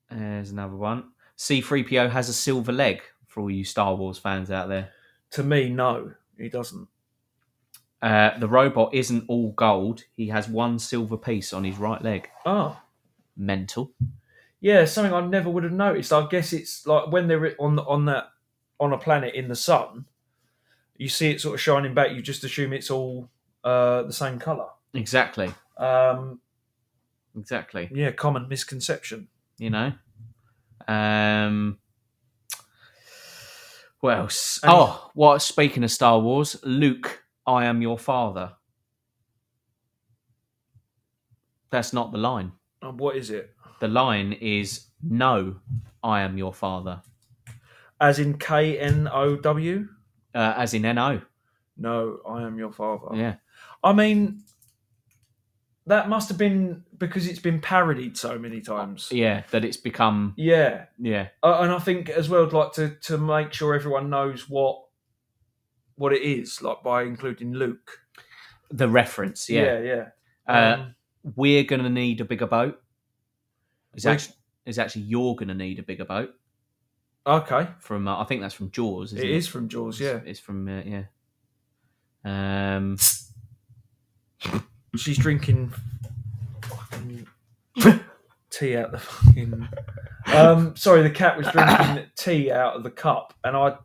There's another one. C3PO has a silver leg for all you Star Wars fans out there. To me, no, he doesn't. Uh, the robot isn't all gold. He has one silver piece on his right leg. Oh, Mental. yeah, something I never would have noticed. I guess it's like when they're on on that on a planet in the sun, you see it sort of shining back. You just assume it's all uh, the same color. Exactly. Um, Exactly. yeah, common misconception. You know. Um. What else? And- oh, what? Speaking of Star Wars, Luke, I am your father. That's not the line. And what is it? The line is no, I am your father, As in K N O W? uh, as in no. No, I am your father. Yeah, I mean, that must have been because it's been parodied so many times. yeah. That it's become Yeah. Oh, yeah, uh, and I think as well, like to to make sure everyone knows what what it is, like by including Luke. the reference. yeah. Yeah, yeah. Uh, Um, we're gonna need a bigger boat. Is We- actually is actually you're gonna need a bigger boat Um, okay, from uh, I think that's from Jaws. Isn't it is from Jaws. Yeah, It's- It's from uh, yeah. Um, she's drinking fucking tea out the fucking. Um, sorry, the cat was drinking tea out of the cup, and I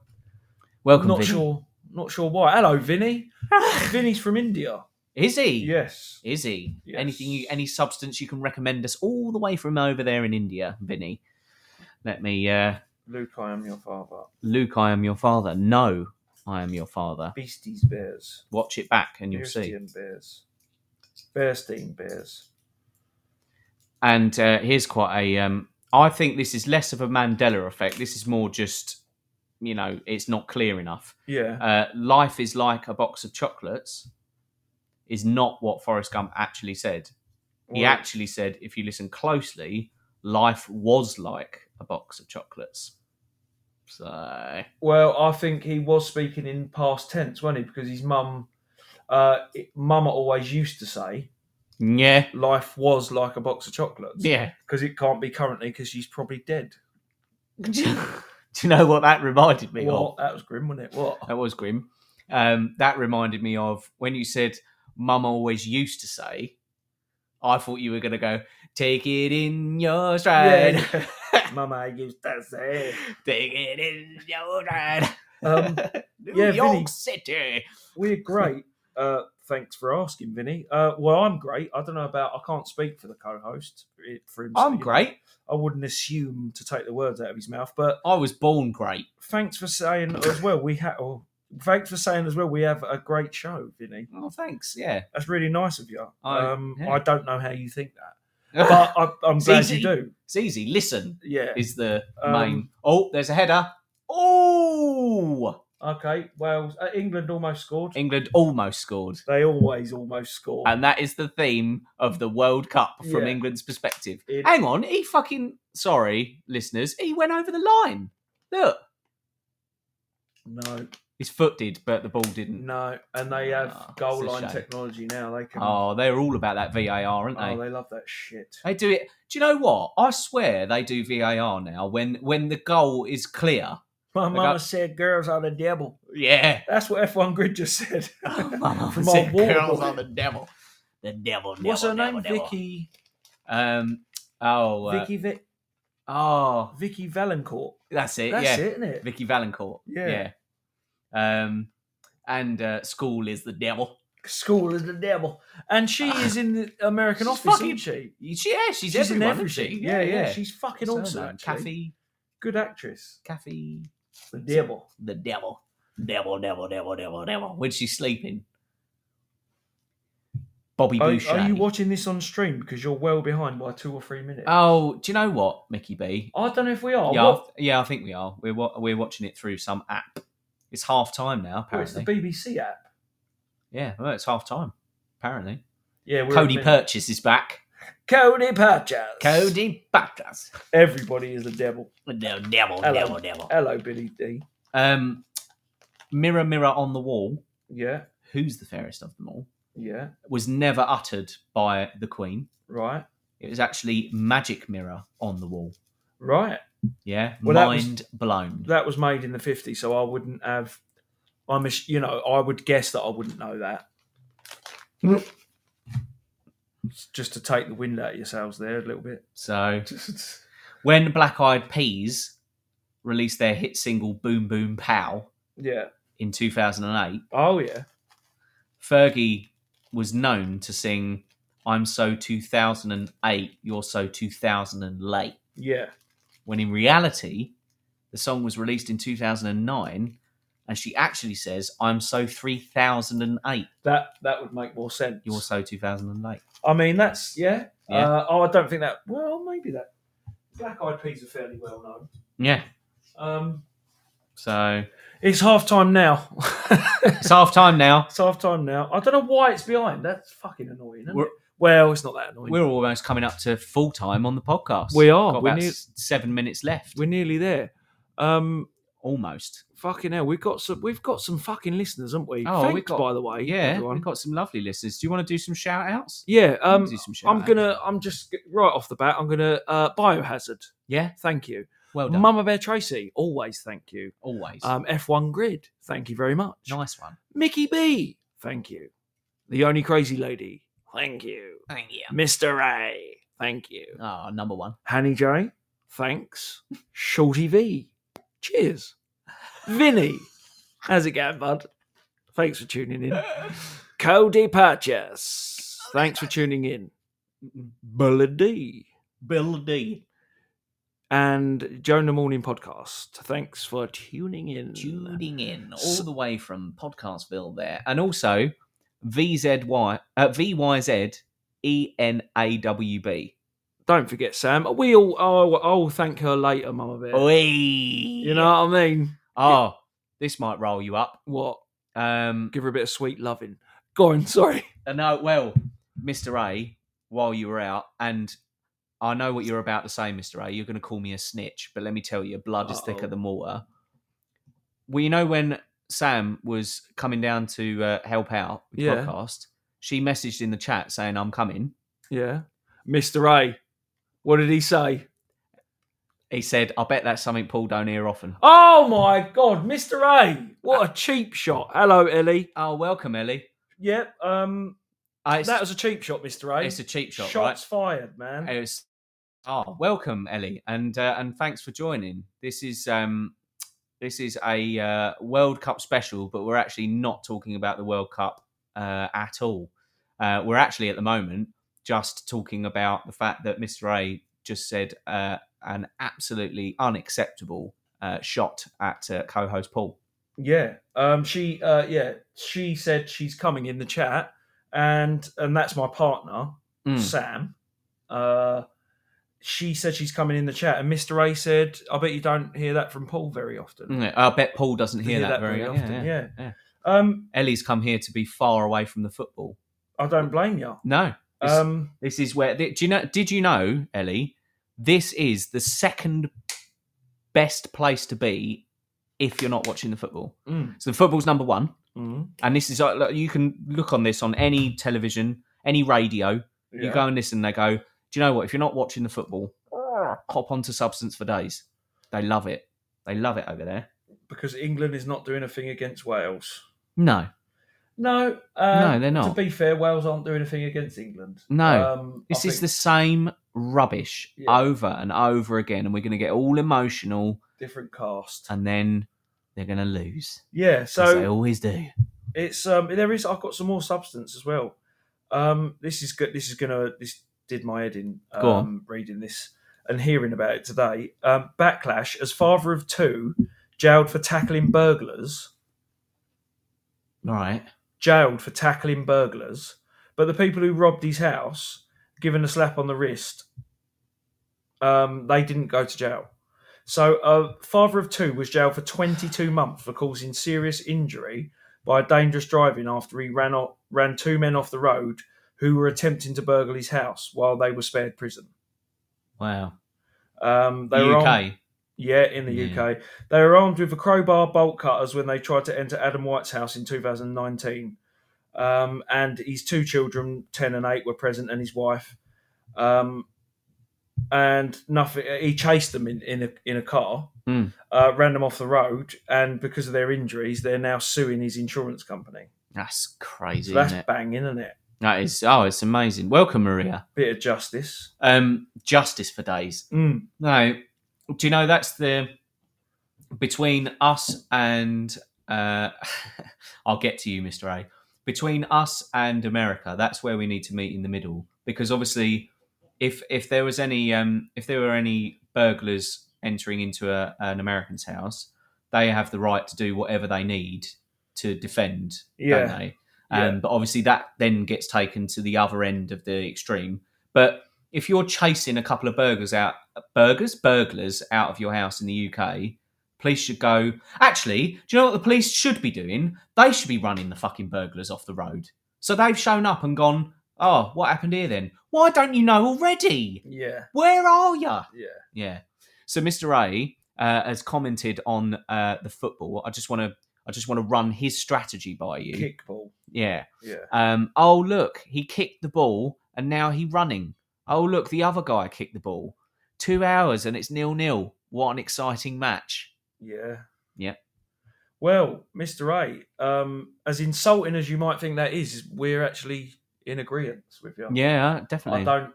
welcome. not Vinny. sure not sure why. Hello, Vinny. Vinny's from India. Is he? Yes. Is he? Yes. Anything? You, any substance you can recommend us all the way from over there in India, Vinny? Let me. Uh, Luke, I am your father. Luke, I am your father. No, I am your father. Beasties bears. Watch it back and you'll see. Bearstein bears. Bearstein bears. And uh, here's quite a. Um, I think this is less of a Mandela effect. This is more just, you know, it's not clear enough. Yeah. Uh, Life is like a box of chocolates is not what Forrest Gump actually said. He Or- actually said, if you listen closely, life was like a box of chocolates. So, Well, I think he was speaking in past tense, wasn't he? Because his mum, uh, it- mum always used to say, yeah. "Life was like a box of chocolates." Yeah. Because it can't be currently, because she's probably dead. Do you know what that reminded me of? What? That was grim, wasn't it? What? That was grim. Um, that reminded me of when you said, Mum always used to say, I thought you were going to go, take it in your stride. Yeah, Oh. Mama used to say. Take it in your stride. Um, New yeah, York Vinny. City. we're great. Uh, thanks for asking, Vinny. Uh, well, I'm great. I don't know about. I can't speak for the co-host. it- For him, I'm speaking. great. I wouldn't assume to take the words out of his mouth, but I was born great. thanks for saying as well. We have. Oh, thanks for saying as well. We have a great show, Vinny. Oh, thanks. Yeah. That's really nice of you. I- um, Oh, yeah. I don't know how you think that, but I, I'm glad easy. you do. it's easy. Listen Yeah. is the Um, main. Oh, there's a header. Oh, Okay. Well, uh, England almost scored. England almost scored. They always almost score. And that is the theme of the World Cup from Yeah. England's perspective. It- Hang on, he fucking sorry, listeners, he went over the line. Look, no, his foot did, but the ball didn't. no, and they have Ah, it's goal a line shame. technology now. They can. Oh, they're all about that VAR, aren't they? oh, they love that shit. They do it. Do you know what? I swear they do VAR now. When when the goal is clear, My They mama got- said girls are the devil. yeah. That's what F1 Grid just said. Oh, Mama From said our war girls boy. are the devil. The devil. devil What's her devil, name? devil. Vicky. Um. Oh. uh, Vicky. Vic, oh. Vicky Valancourt. That's it. That's yeah. it, isn't it? Vicky Valancourt. Yeah. Yeah. Um, and uh, school is the devil. School is the devil, and she is in the American Ah, She's Office, fucking- isn't she? Yeah, she's, in everyone, isn't everything. she? Yeah, yeah, She's fucking What's her awesome. name? actually. Kathy, good actress. Kathy, The devil. the devil, devil, devil, devil, devil, devil. When she's sleeping, Bobby Are, Boucher. are you watching this on stream? Because you're well behind by two or three minutes. Oh, do you know what, Mickey B? I don't know if we are. yeah, Oh, What- I- yeah, I think we are. We're wa- we're watching it through some app. It's half time now, oh, it's the apparently. BBC app. yeah, well, it's half time, apparently. Yeah, we're Cody admin- Purchase is back. Cody Purchase. Cody Purchase, Everybody is the devil. the devil, Hello. devil, devil. Hello, Billy D. Um, mirror, mirror on the wall, Yeah, who's the fairest of them all? yeah, Was never uttered by the Queen. right, It was actually magic mirror on the wall. right. Yeah, Well, that was- mind blown. That was made in the 50s, so I wouldn't have. I'm, ass- you know, I would guess that I wouldn't know that. Just to take the wind out of yourselves there a little bit. So when Black Eyed Peas released their hit single "Boom Boom Pow" yeah. in 2008, Oh yeah. Fergie was known to sing "I'm so 2008, you're so 2000 late." Yeah. When in reality, the song was released in 2009, and she actually says, "I'm so 3008, That that would make more sense. you're so 2008." I mean, that's yeah. Yeah. Uh, oh, I don't think that. Well, maybe that. Black Eyed Peas are fairly well known. Yeah. Um, So it's half time now. it's half time now. it's half time now. I don't know why it's behind. That's fucking annoying. Isn't We're- it? Well, it's not that annoying. We're almost coming up to full time on the podcast. Oh, We are. Got We're about near- s- seven minutes left. We're nearly there. Um, almost. fucking hell, we've got some. We've got some fucking listeners, haven't we? Oh, Thanks, we've got- by the way. Yeah, everyone. we've got some lovely listeners. Do you want to do some shout outs? yeah. Um, do some shout I'm gonna. I'm just right off the bat. I'm gonna uh, biohazard. Yeah, Thank you, well done. Mama Bear Tracy. Always thank you. Always. Um, F1 Grid. Thank you very much. nice one. Mickey B. Thank you. The only crazy lady. Thank you. Thank you. Mr. A. Thank you. Ah, number one. Hanny J. Thanks. Shorty V. Cheers. Vinny. How's it going, bud? Thanks for tuning in. Cody Purchase. Thanks for tuning in. Bulla D. Bill D. And Jonah Morning Podcast. Thanks for tuning in. Tuning in all So- the way from Podcastville there. And also VZY, uh, VYZ E ENAWB. Don't forget, Sam. We all, I'll, I'll thank her later, Mama Bear. Oi. You know what I mean? Oh, this might roll you up. What? Um, Give her a bit of sweet loving. Go on, sorry. Uh, No, well, Mr. A, while you were out, and I know what you're about to say, Mr. A. You're going to call me a snitch, but let me tell you, blood is thicker Uh-oh. than water. Well, you know when Sam was coming down to uh, help out with the Yeah. podcast, she messaged in the chat saying, "I'm coming." Yeah. Mr. A. What did he say? He said, "I bet that's something Paul don't hear often." Oh my God, Mr. Ah. A. What a cheap shot. Hello, Ellie. Oh, welcome, Ellie. Yep. Um, I- it's- that was a cheap shot, Mister A. It's a cheap shot, Shots fired, man. right? It's- oh, welcome, Ellie, and uh, and thanks for joining. This is um, this is a uh, World Cup special, but we're actually not talking about the World Cup uh, at all. Uh, we're actually at the moment just talking about the fact that Mr. A just said uh, an absolutely unacceptable uh, shot at uh, co-host Paul. Yeah. Um. She. Uh. Yeah. She said she's coming in the chat, and and that's my partner Mm. Sam. Uh. She said she's coming in the chat, and Mister A said, "I bet you don't hear that from Paul very often. Mm, I bet Paul doesn't hear, that, very, often. Yeah, yeah. Um. Ellie's come here to be far away from the football. I don't blame you. No, this, Um. this is where. Do you know? Did you know, Ellie? This is the second best place to be if you're not watching the football. mm, So the football's number one, mm, and this is like look, you can look on this on any television, any radio. You yeah. go and listen. They go. Do you know what? If you're not watching the football, hop onto Substance for days. They love it. They love it over there. because England is not doing a thing against Wales. No, No, uh, No, they're not. To be fair, Wales aren't doing a thing against England. No. um, This I is think the same rubbish Yeah. over and over again, and we're going to get all emotional, different cast. and then they're going to lose. Yeah, So they so always do. it's um, there is. I've got some more substance as well. Um, this is good. This is gonna. This did my head in. Um, Go on. Reading this and hearing about it today. Um, backlash as father of two, jailed for tackling burglars. All right. jailed for tackling burglars, but the people who robbed his house, given a slap on the wrist, um, they didn't go to jail. So a father of two was jailed for 22 months for causing serious injury by dangerous driving after he ran off, ran two men off the road who were attempting to burgle his house while they were spared prison. Wow. Um, they were UK. on- yeah, in the Yeah. UK. They were armed with a crowbar, bolt cutters when they tried to enter Adam White's house in 2019. Um, and his two children, 10 and 8, were present, and his wife. Um, and nothing. He chased them in, in, a, in a car, Hmm. uh, ran them off the road, and because of their injuries, they're now suing his insurance company. That's crazy, So that's isn't it? banging, isn't it? That is. Oh, it's amazing. Welcome, Maria. Bit of justice. Um, justice for days. Mm, No, do you know that's the between us and uh, I'll get to you, Mister A. Between us and America, that's where we need to meet in the middle because obviously, if if there was any um, if there were any burglars entering into a, an American's house, they have the right to do whatever they need to defend, Yeah. don't they? Um, But obviously, that then gets taken to the other end of the extreme. But if you're chasing a couple of burglars out, burglars, burglars out of your house in the UK, police should go. Actually, do you know what the police should be doing? They should be running the fucking burglars off the road. So they've shown up and gone. Oh, what happened here then? Why don't you know already? yeah. Where are you? Yeah. Yeah. So Mr. A uh, has commented on uh, the football. I just want to. I just want to run his strategy by you. Kickball. Yeah. Yeah. Um, oh look, he kicked the ball and now he running. Oh look, the other guy kicked the ball. Two hours and it's nil nil. What an exciting match! Yeah. Yep. Well, Mr. A, um, as insulting as you might think that is, we're actually in agreement with you. Yeah, I definitely. don't.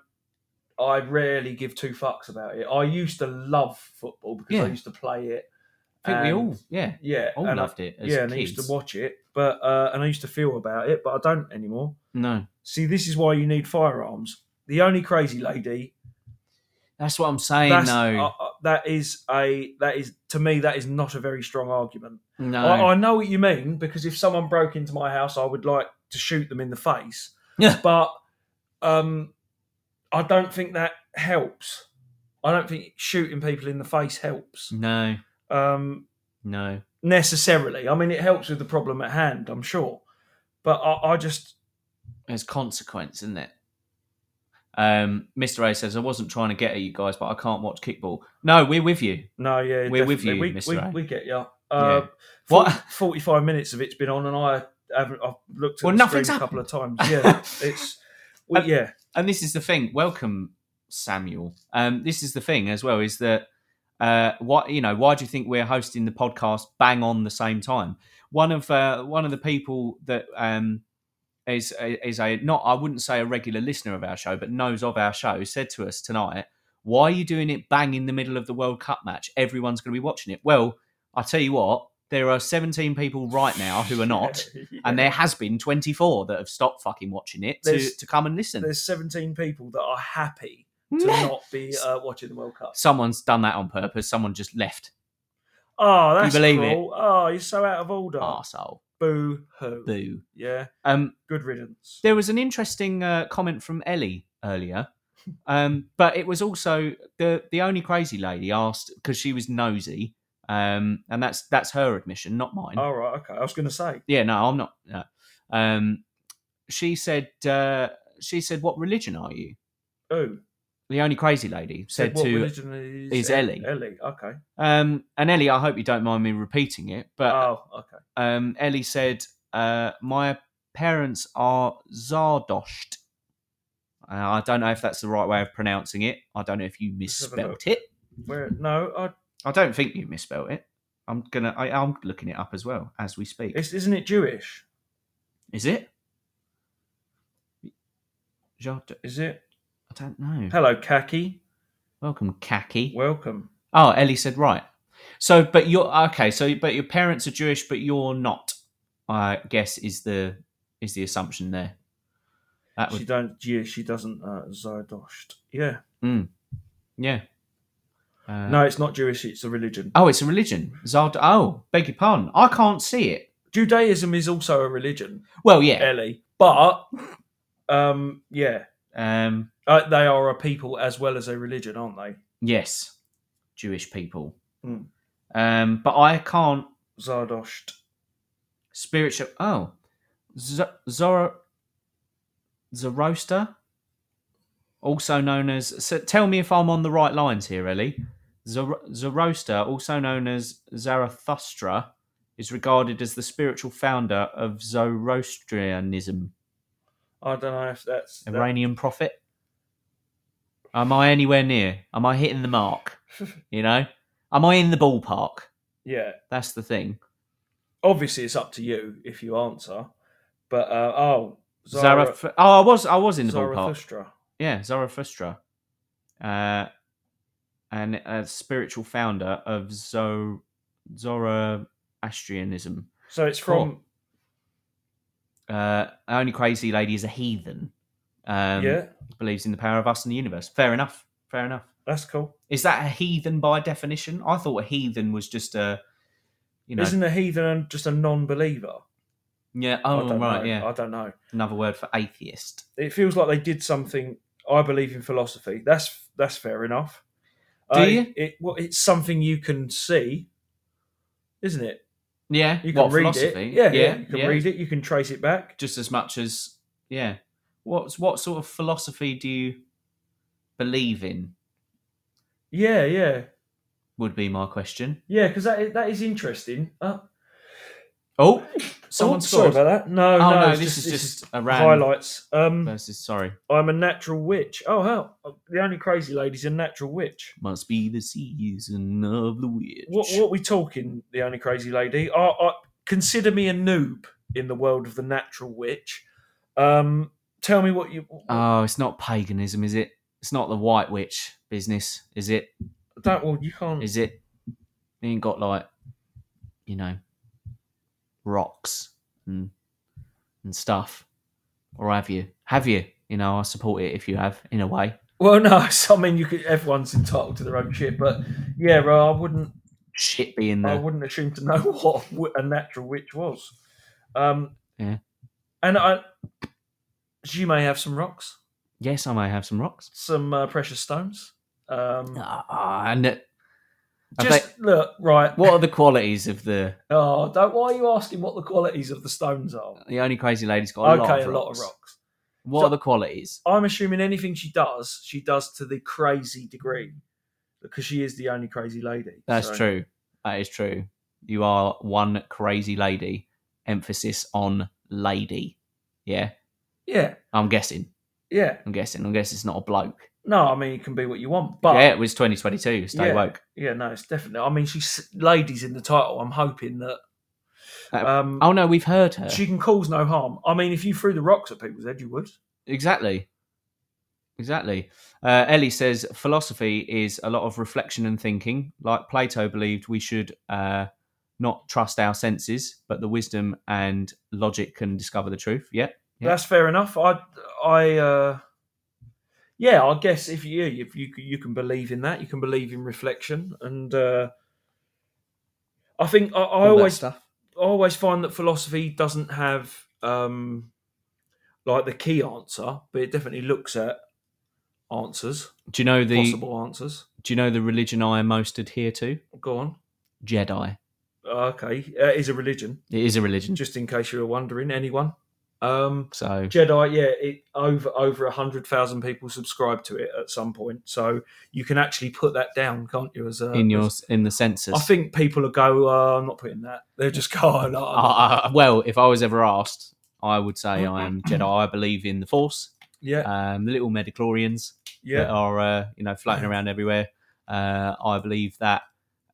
I rarely give two fucks about it. I used to love football because I Yeah. used to play it. I think we and- all, yeah, Yeah, all and I- loved it as yeah, kids. and I used to watch it, but uh, and I used to feel about it, but I don't anymore. No, See, this is why you need firearms. The only crazy lady that's what I'm saying. that's, though. uh, uh, that is a that is to me that is not a very strong argument. no, I, I know what you mean because if someone broke into my house, I would like to shoot them in the face. Yeah. But um, I don't think that helps. I don't think shooting people in the face helps no, um, no. necessarily. I mean, it helps with the problem at hand, I'm sure. But I, I just, There's consequence, isn't it? Um, Mr. A says, I wasn't trying to get at you guys, but I can't watch kickball. No, we're with you. no, yeah. We're with definitely. you, we, Mr. We, A. we get you. Yeah. Uh, What? 40 45 minutes of it's been on, and I haven't, I've looked at the screen Well, nothing's a couple of times. Yeah. it's, we, And- yeah. and this is the thing. Welcome, Samuel. Um, this is the thing as well is that uh, what you know. Why do you think we're hosting the podcast bang on the same time? One of uh, one of the people that um, is a, is a not I wouldn't say a regular listener of our show, but knows of our show, said to us tonight, "Why are you doing it bang in the middle of the World Cup match? Everyone's going to be watching it." Well, I tell you what, there are 17 people right now who are not, and there has been 24 that have stopped fucking watching it to, There's- to come and listen. There's 17 people that are happy to Meh. not be uh, watching the World Cup. Someone's done that on purpose. Someone just left. Oh, that's believe it? Ah. cool. Oh, you're so out of order. Arsehole. Boo hoo. Boo. Yeah, Um, good riddance. There was an interesting uh, comment from Ellie earlier, um, but it was also the the only crazy lady asked because she was nosy, um, and that's that's her admission, not mine. All right, okay. I was going to say. Yeah, no, I'm not. No. Um, she said uh, she said, "What religion are you?" Ooh, The only crazy lady said what to, religion is, is El- Ellie. Ellie, okay. um, and Ellie, I hope you don't mind me repeating it, but oh, okay. um, Ellie said, uh, "My parents are Zardosht." Uh, I don't know if that's the right way of pronouncing it. I don't know if you Let's have a misspelt look. it. Where? No, I, I don't think you misspelt it. I'm gonna. I, I'm looking it up as well as we speak. it's, isn't it Jewish? Is it? Zard- Is it? I don't know. Hello, Khaki. Welcome, khaki. Welcome. Oh, Ellie said right. So, but you're okay. So, but your parents are Jewish, but you're not. I guess is the is the assumption there. That She don't. Yeah, she doesn't. Uh, Zardosht. Yeah. Yeah. Uh, No, it's not Jewish. It's a religion. Oh, it's a religion. Zard. Oh, beg your pardon. I can't see it. Judaism is also a religion, Well, yeah. Ellie. But, um, yeah, Um. uh, they are a people as well as a religion, aren't they? Yes. Jewish people. Hmm. Um. But I can't Zardosht. spiritual. Oh. Z- Zoro. Zoroaster. Also known as. So tell me if I'm on the right lines here, Ellie. Zoro- Zoroaster, also known as Zarathustra, is regarded as the spiritual founder of Zoroastrianism. I don't know if that's that- Iranian prophet? Am I anywhere near? Am I hitting the mark? You know, am I in the ballpark? yeah. That's the thing. Obviously, it's up to you if you answer. But uh, oh, Zara- Zarath- oh, I was, I was in the ballpark. Zarathustra. Yeah, Zarathustra, uh, and a spiritual founder of Zo- Zoroastrianism. So it's from Uh, only crazy lady is a heathen. Um, yeah. believes in the power of us and the universe. Fair enough. Fair enough. That's cool. Is that a heathen by definition? I thought a heathen was just a, you know, Isn't a heathen just a non-believer? yeah. I Oh, don't right, know. yeah. I don't know. Another word for atheist. It feels like they did something. I believe in philosophy. That's that's fair enough. Uh, Do you? It, well, it's something you can see, isn't it? Yeah, You can what read philosophy? it. Yeah, yeah. yeah, You can yeah. read it. You can trace it back. Just as much as yeah. What's what sort of philosophy do you believe in? Yeah, yeah, Would be my question. yeah. Because that that is interesting. Uh, Oh, someone oh, sorry scored. about that. No, oh no, no, it's this is it's just a random highlights. Um, versus. Sorry, I'm a natural witch. Oh hell, the only crazy lady's a natural witch. must be the season of the witch. What what we talking? The only crazy lady. I, I consider me a noob in the world of the natural witch. Um, tell me what you. Oh, it's not paganism, is it? It's not the white witch business, is it? that well, you can't. Is it? They ain't got like, you know, rocks and and stuff, or have you? Have you? You know, I support it if you have, in a way. Well, no. I mean, you could. Everyone's entitled to their own shit, but yeah, well, I wouldn't. Shit being I there. wouldn't assume to know what wi- a natural witch was. Um, Yeah. And I, she may have some rocks, yes, I may have some rocks. some uh, precious stones. Um, Ah, and it- have Just look right. they- what are the qualities of the Oh, don't. Why are you asking what the qualities of the stones are? the only crazy lady's got? okay, A lot of a lot of rocks. rocks. What So- are the qualities? I'm assuming anything she does, she does to the crazy degree because she is the only crazy lady. That's so- true. That is true. You are one crazy lady. Emphasis on lady. Yeah, Yeah, I'm guessing. yeah. I'm guessing. I guess it's not a bloke. No, I mean it can be what you want, but yeah, yeah, it was 2022. Stay Yeah. woke. no, it's definitely. I mean, she's ladies in the title. I'm hoping that Um, Oh no, we've heard her. She can cause no harm. I mean, if you threw the rocks at people's head, you would. Exactly. Exactly. Uh, Ellie says philosophy is a lot of reflection and thinking. Like Plato believed, we should uh, not trust our senses, but the wisdom and logic can discover the truth. Yeah. Yeah. That's fair enough. I, I, uh, yeah, I guess if you if you you can believe in that, you can believe in reflection, and uh, I think I, I that always I stuff. always find that philosophy doesn't have um, like the key answer, but it definitely looks at answers, Do you know the possible answers. Do you know the religion I most adhere to? Go on. Jedi. Okay, uh, is a religion. It is a religion. Just in case you were wondering, anyone. Um, So Jedi, yeah, it over over a hundred thousand people subscribe to it at some point, so you can actually put that down, can't you? As a, in your as- in the census. I think people will go. Uh, I'm not putting that. They'll just go. Oh, no, I'm not." Uh, uh, well, if I was ever asked, I would say I am Jedi. I believe in the Force. Mm-hmm. yeah, Um, the little Medichlorians. that yeah, are uh, you know floating around everywhere. Uh, I believe that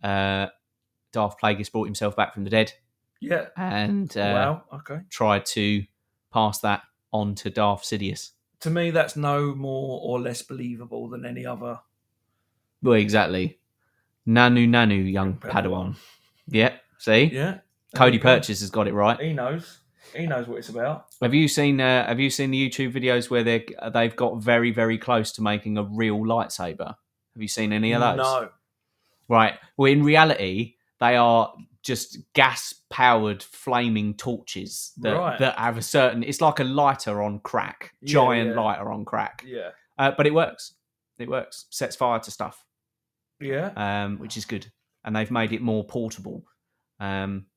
uh, Darth Plagueis brought himself back from the dead yeah. and uh, Oh, wow. Okay. tried to pass that on to Darth Sidious. To me, that's no more or less believable than any other. Well, exactly. Nanu, nanu, young Padawan. Padawan. Yeah, see, Yeah. Cody There you go. Purchase has got it right. He knows. He knows what it's about. Have you seen? Uh, have you seen the YouTube videos where they they've got very very close to making a real lightsaber? Have you seen any of those? No. Right. Well, in reality, they are just gas powered flaming torches that, Right. that have a certain. It's like a lighter on crack, Yeah, giant yeah. lighter on crack. Yeah. Uh, but it works. It works. Sets fire to stuff, Yeah. um, which is good. And they've made it more portable. Um,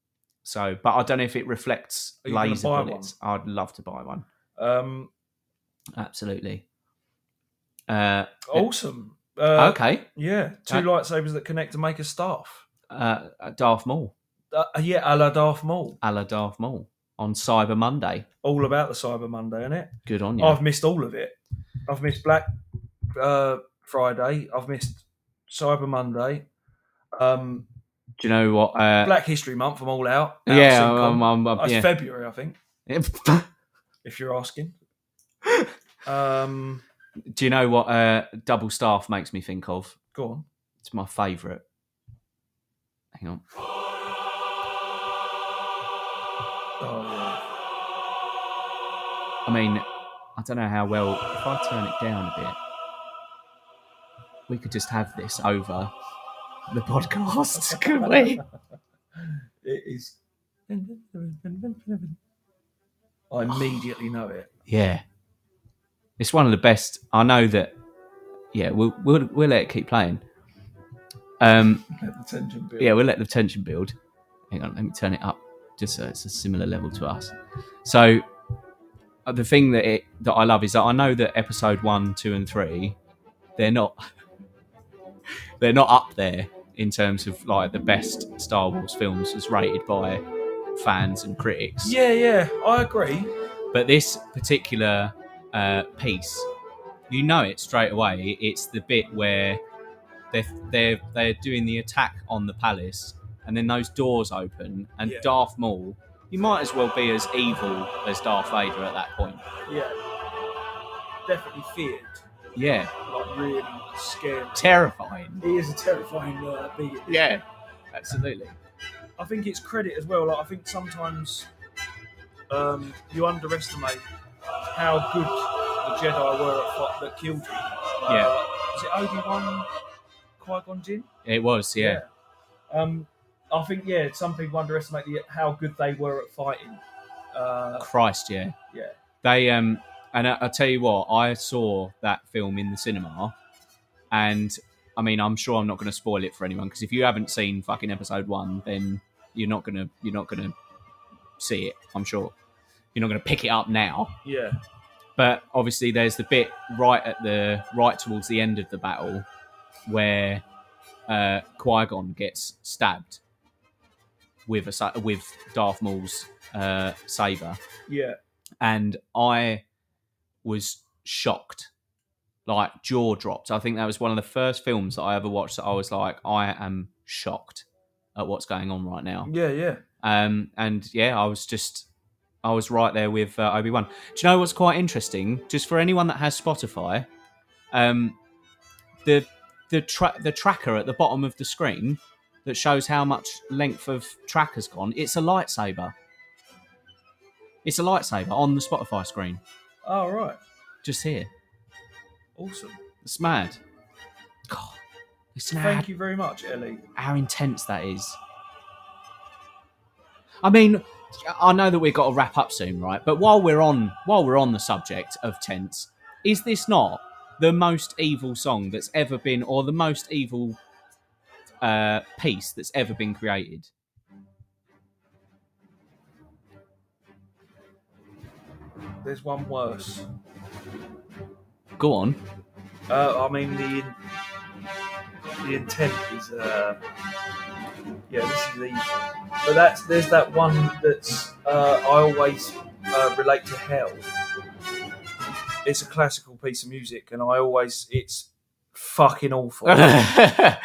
so, but I don't know if it reflects Are you gonna laser buy bullets. I'd love to buy one. Um. Absolutely. Uh, Awesome. Uh, okay. Yeah. Two Uh, lightsabers that connect to make a staff. Uh, Darth Maul, Uh, yeah, a la Darth Maul. a la Darth Maul on Cyber Monday. all about the Cyber Monday, isn't it? Good on you. I've missed all of it. I've missed Black uh, Friday. I've missed Cyber Monday. Um, Do you know what? Uh, Black History Month. I'm all out. out of yeah, sync on. I'm, I'm, I'm- that's yeah. February, I think, if you're asking. Um, Do you know what uh, double staff makes me think of? go on. It's my favourite. Hang on. Oh, yeah. I mean, I don't know how well. If I turn it down a bit, we could just have this over the podcast, could we? It is. I immediately know it. Yeah. It's one of the best. I know that. Yeah, we'll we'll, we'll let it keep playing. Um. Let the tension build. yeah, we'll let the tension build. Hang on, let me turn it up just so it's a similar level to us. So uh, the thing that it that I love is that I know that episode one, two, and three, they're not they're not up there in terms of like the best Star Wars films as rated by fans and critics. Yeah, yeah, I agree. But this particular uh, piece, you know it straight away. It's the bit where they're, they're, they're doing the attack on the palace, and then those doors open, and Yeah. Darth Maul, you might as well be as evil as Darth Vader at that point. Yeah. Definitely feared. Yeah, Like, really scared. terrifying. He is a terrifying uh, being. Yeah, absolutely. I think it's credit as well. Like, I think sometimes um, you underestimate how good the Jedi were at fight that killed him. Yeah. Uh, was it Obi Wan, Qui Gon Jinn? It was, yeah. Yeah. Um, I think yeah, some people underestimate the, how good they were at fighting. Uh, Christ, yeah. Yeah. They um, and I, I tell you what, I saw that film in the cinema, and I mean, I'm sure I'm not going to spoil it for anyone because if you haven't seen fucking episode one, then you're not gonna you're not gonna see it. I'm sure you're not gonna pick it up now. yeah. But obviously, there's the bit right at the right towards the end of the battle where uh, Qui Gon gets stabbed with a sa- with Darth Maul's uh, saber Yeah. and I was shocked, like jaw dropped. I think that was one of the first films that I ever watched that I was like, I am shocked at what's going on right now. Yeah. Yeah. Um, and yeah, I was just, I was right there with uh, Obi Wan. Do you know what's quite interesting? Just for anyone that has Spotify, um, the the tra- the tracker at the bottom of the screen that shows how much length of track has gone. It's a lightsaber. It's a lightsaber on the Spotify screen, Oh, right. just here. Awesome. It's mad. God, it's mad Thank you very much, Ellie. how intense that is. I mean, I know that we've got to wrap up soon, right? But while we're on while we're on the subject of tense, is this not the most evil song that's ever been, or the most evil uh, piece that's ever been created? There's one worse. Go on. Uh, I mean, the the intent is, uh, yeah, this is evil. But that's there's that one that's uh, I always uh, relate to hell. It's a classical piece of music, and I always it's fucking awful. it uh,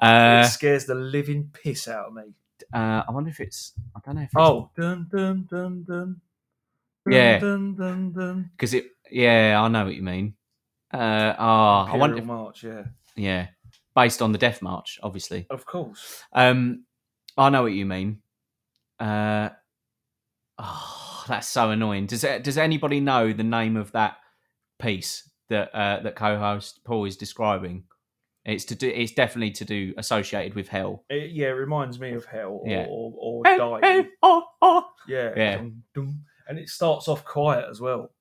uh, scares the living piss out of me. I wonder if it's. I don't know if. It's, Oh, dun dun dun dun. Dun, Yeah. Dun dun dun. because it. Yeah, I know what you mean. Uh, ah, I Imperial wonder. If, March, yeah, yeah, based on the Death March, obviously. of course. Um, I know what you mean. Uh, oh, that's so annoying. Does does anybody know the name of that piece that uh, that co-host Paul is describing? It's to do. It's definitely to do associated with hell. It, yeah, it reminds me of hell or Yeah. or, or Oh, dying. oh, oh. Yeah. Yeah. Dum, dum. And it starts off quiet as well.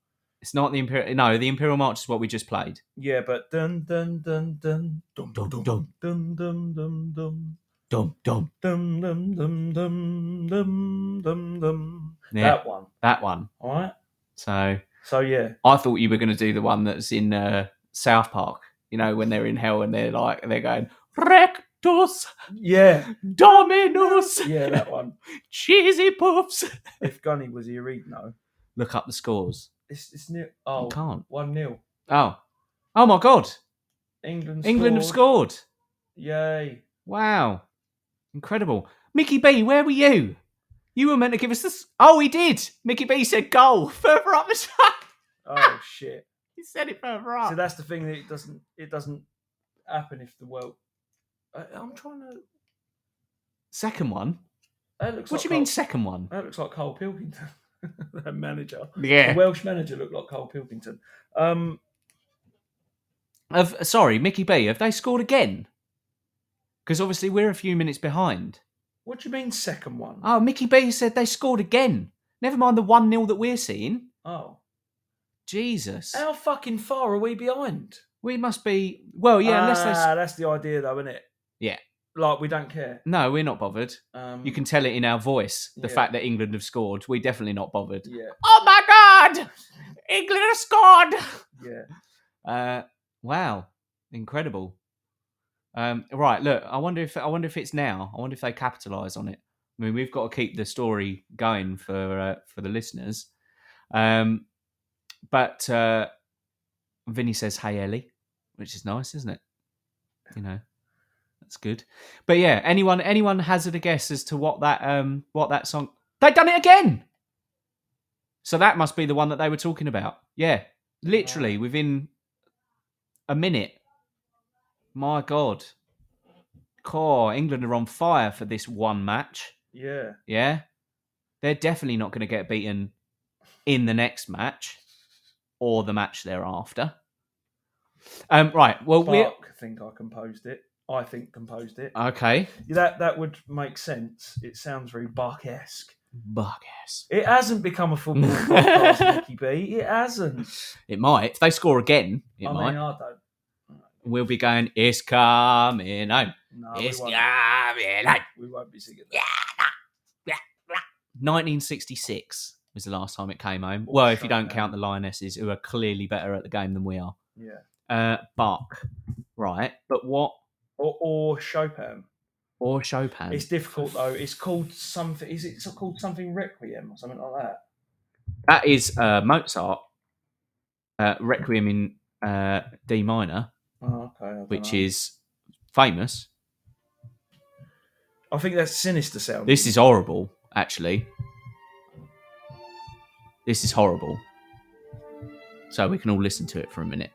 It's not the imperial. No, the imperial march is what we just played. Yeah, but dun dun dun dun dum Dum, dum dum dum dum dum dum Dum dum. dum dum dum dum dum dum dum. Yeah, that, That one. one. All right. So So yeah, I thought you were going to do the one that's in uh, South Park. You know when they're in hell and they're like they're going rectus yeah, dominus. yeah, that one. cheesy puffs. If Gunny was here, he'd know. Look up the scores. It's it's nil. Oh. Oh, can't. one nil. Oh, oh my god! England. England have scored. scored. Yay. Wow, incredible. Mickey B, where were you? You were meant to give us this. Oh, he did. Mickey B said goal further up the side. Oh shit. He said it further up. So that's the thing that it doesn't it doesn't happen if the world. I, I'm trying to. second one. That looks What like do you mean Carl- second one? That looks like Cole Pilkington, that manager. The Yeah. Welsh manager looked like Cole Pilkington. Um, Have, sorry, Mickey B. Have they scored again? Because obviously we're a few minutes behind. what do you mean second one? Oh, Mickey B. said they scored again. Never mind the one 0 that we're seeing. Oh. Jesus. how fucking far are we behind? We must be. Well, yeah, unless they. s- Ah, that's the idea, though, isn't it? Yeah. Like we don't care. No, we're not bothered. Um, You can tell it in our voice. The Yeah. fact that England have scored, we're definitely not bothered. Yeah, Oh my God! England have scored! yeah. Uh, wow, incredible. Um, right, look. I wonder if I wonder if it's now. I wonder if they capitalise on it. I mean, we've got to keep the story going for uh, for the listeners. Um, but uh, Vinny says, "Hey Ellie," which is nice, isn't it? You know, that's good. But yeah, anyone anyone hazard a guess as to what that um what that song? They've done it again. So that must be the one that they were talking about. Yeah, literally within a minute. My God. Core, England are on fire for this one match. Yeah. Yeah. They're definitely not going to get beaten in the next match or the match thereafter. Um, right. Well, we Ah. Clark, I think I composed it. I think composed it. Okay. that that would make sense. It sounds very Bach esque. Buggers. It hasn't become a football podcast, Nicky B. It hasn't. It might. If they score again, it I might. mean, uh, I don't. We'll be going, it's coming home. No, it's Uh, we, coming won't, home. we won't be singing. That. 1966 was the last time it came home. What Well, a if you don't showdown. count the Lionesses, who are clearly better at the game than we are. Yeah. Uh, Bach, right? But what? Or, or Chopin. Or Chopin? It's difficult though. It's called something. Is it so- called something Requiem or something like that? That is uh, Mozart uh, Requiem in uh, D minor, Oh, okay. I don't which know. is famous. I think that's sinister sound. This is horrible. actually, this is horrible. So we can all listen to it for a minute.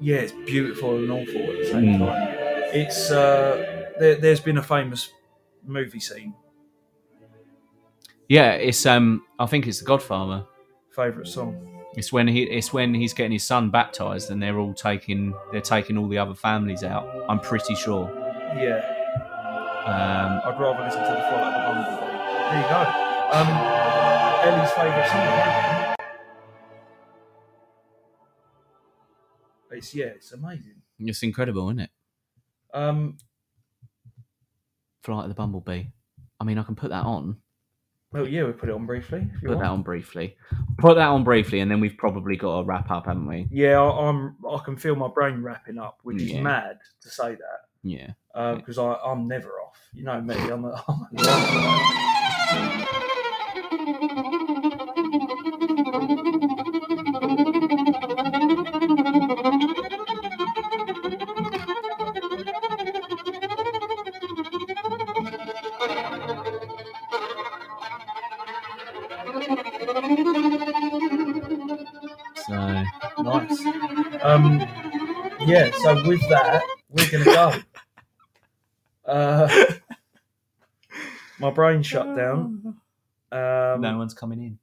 yeah, it's beautiful and awful at the same Hmm. time. It's uh, there, there's been a famous movie scene, Yeah, it's um, I think it's The Godfather. favorite song. It's when he, it's when he's getting his son baptized, and they're all taking, they're taking all the other families out. I'm pretty sure. Yeah, Um, I'd rather listen to the flight of the Bumblebee. There you go. Um, Ellie's favorite song. It's yeah, it's amazing. it's incredible, isn't it? Um, Flight of the Bumblebee. I mean, I can put that on. well, yeah, we put it on briefly. If you Put want. that on briefly. Put that on briefly, and then we've probably got to wrap up, haven't we? Yeah, I, I'm. I can feel my brain wrapping up, which is Yeah. mad to say that. Yeah. Yeah. because I I'm never off. You know me. I'm a, I'm a So nice. Um, yeah. So with that, we're gonna go. Uh, my brain shut down. Um, no one's coming in.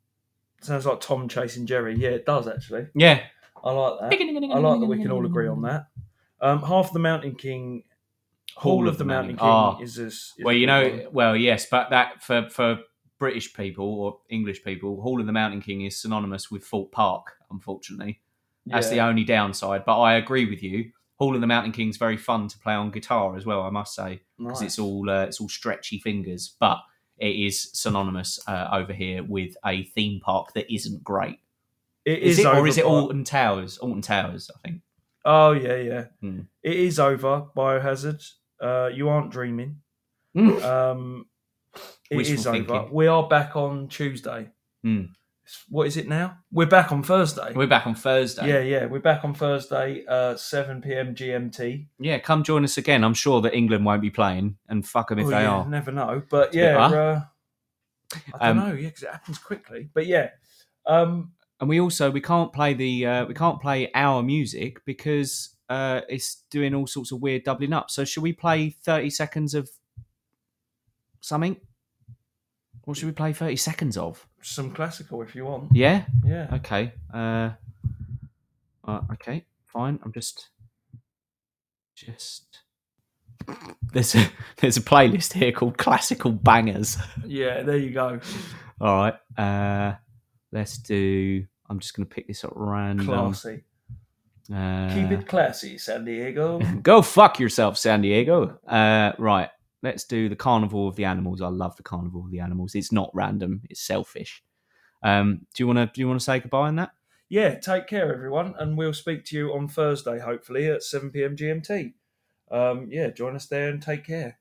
Sounds like Tom chasing Jerry. Yeah, it does actually. Yeah. I like that. I like that we can all agree on that. Um, half the Mountain King, Hall, of the Mountain King Ah. is this. Well, you know, well, yes, but that for for British people or English people, Hall of the Mountain King is synonymous with Fort Park. Unfortunately, that's the only downside. But I agree with you. Hall of the Mountain King's very fun to play on guitar as well. I must say because it's all uh, it's all stretchy fingers, but it is synonymous uh, over here with a theme park that isn't great. It Is, is, it or is it overblown. Alton Towers? Alton Towers, I think. Oh yeah, yeah. Hmm. It is over. Biohazard. Uh, you aren't dreaming. Mm. Um, it is Wishful over. thinking. We are back on Tuesday. Hmm. It's- What is it now? We're back on Thursday. We're back on Thursday. yeah, yeah. We're back on Thursday, uh, 7 p.m. GMT. Yeah, come join us again. I'm sure that England won't be playing, and fuck them if Oh, they yeah, are. Never know. But a bit yeah, rough. uh, I don't Um, know. Yeah, because it happens quickly. But yeah. Um, and we also we can't play the uh, we can't play our music because uh, it's doing all sorts of weird doubling up. So should we play thirty seconds of something? What should we play thirty seconds of? some classical if you want. Yeah. Yeah. Okay. Uh, uh, okay. Fine. I'm just just there's a, there's a playlist here called classical bangers. Yeah, there you go. All right. Uh, let's do. I'm just going to pick this up random. Classy. Mm, Uh, Keep it classy, San Diego. Go fuck yourself, San Diego. Uh, right. Let's do the Carnival of the Animals. I love the Carnival of the Animals. It's not random. It's selfish. Um, do you want to? Do you want to say goodbye on that? yeah, take care, everyone, and we'll speak to you on Thursday, hopefully at 7 p.m. GMT. Um, yeah, join us there and take care.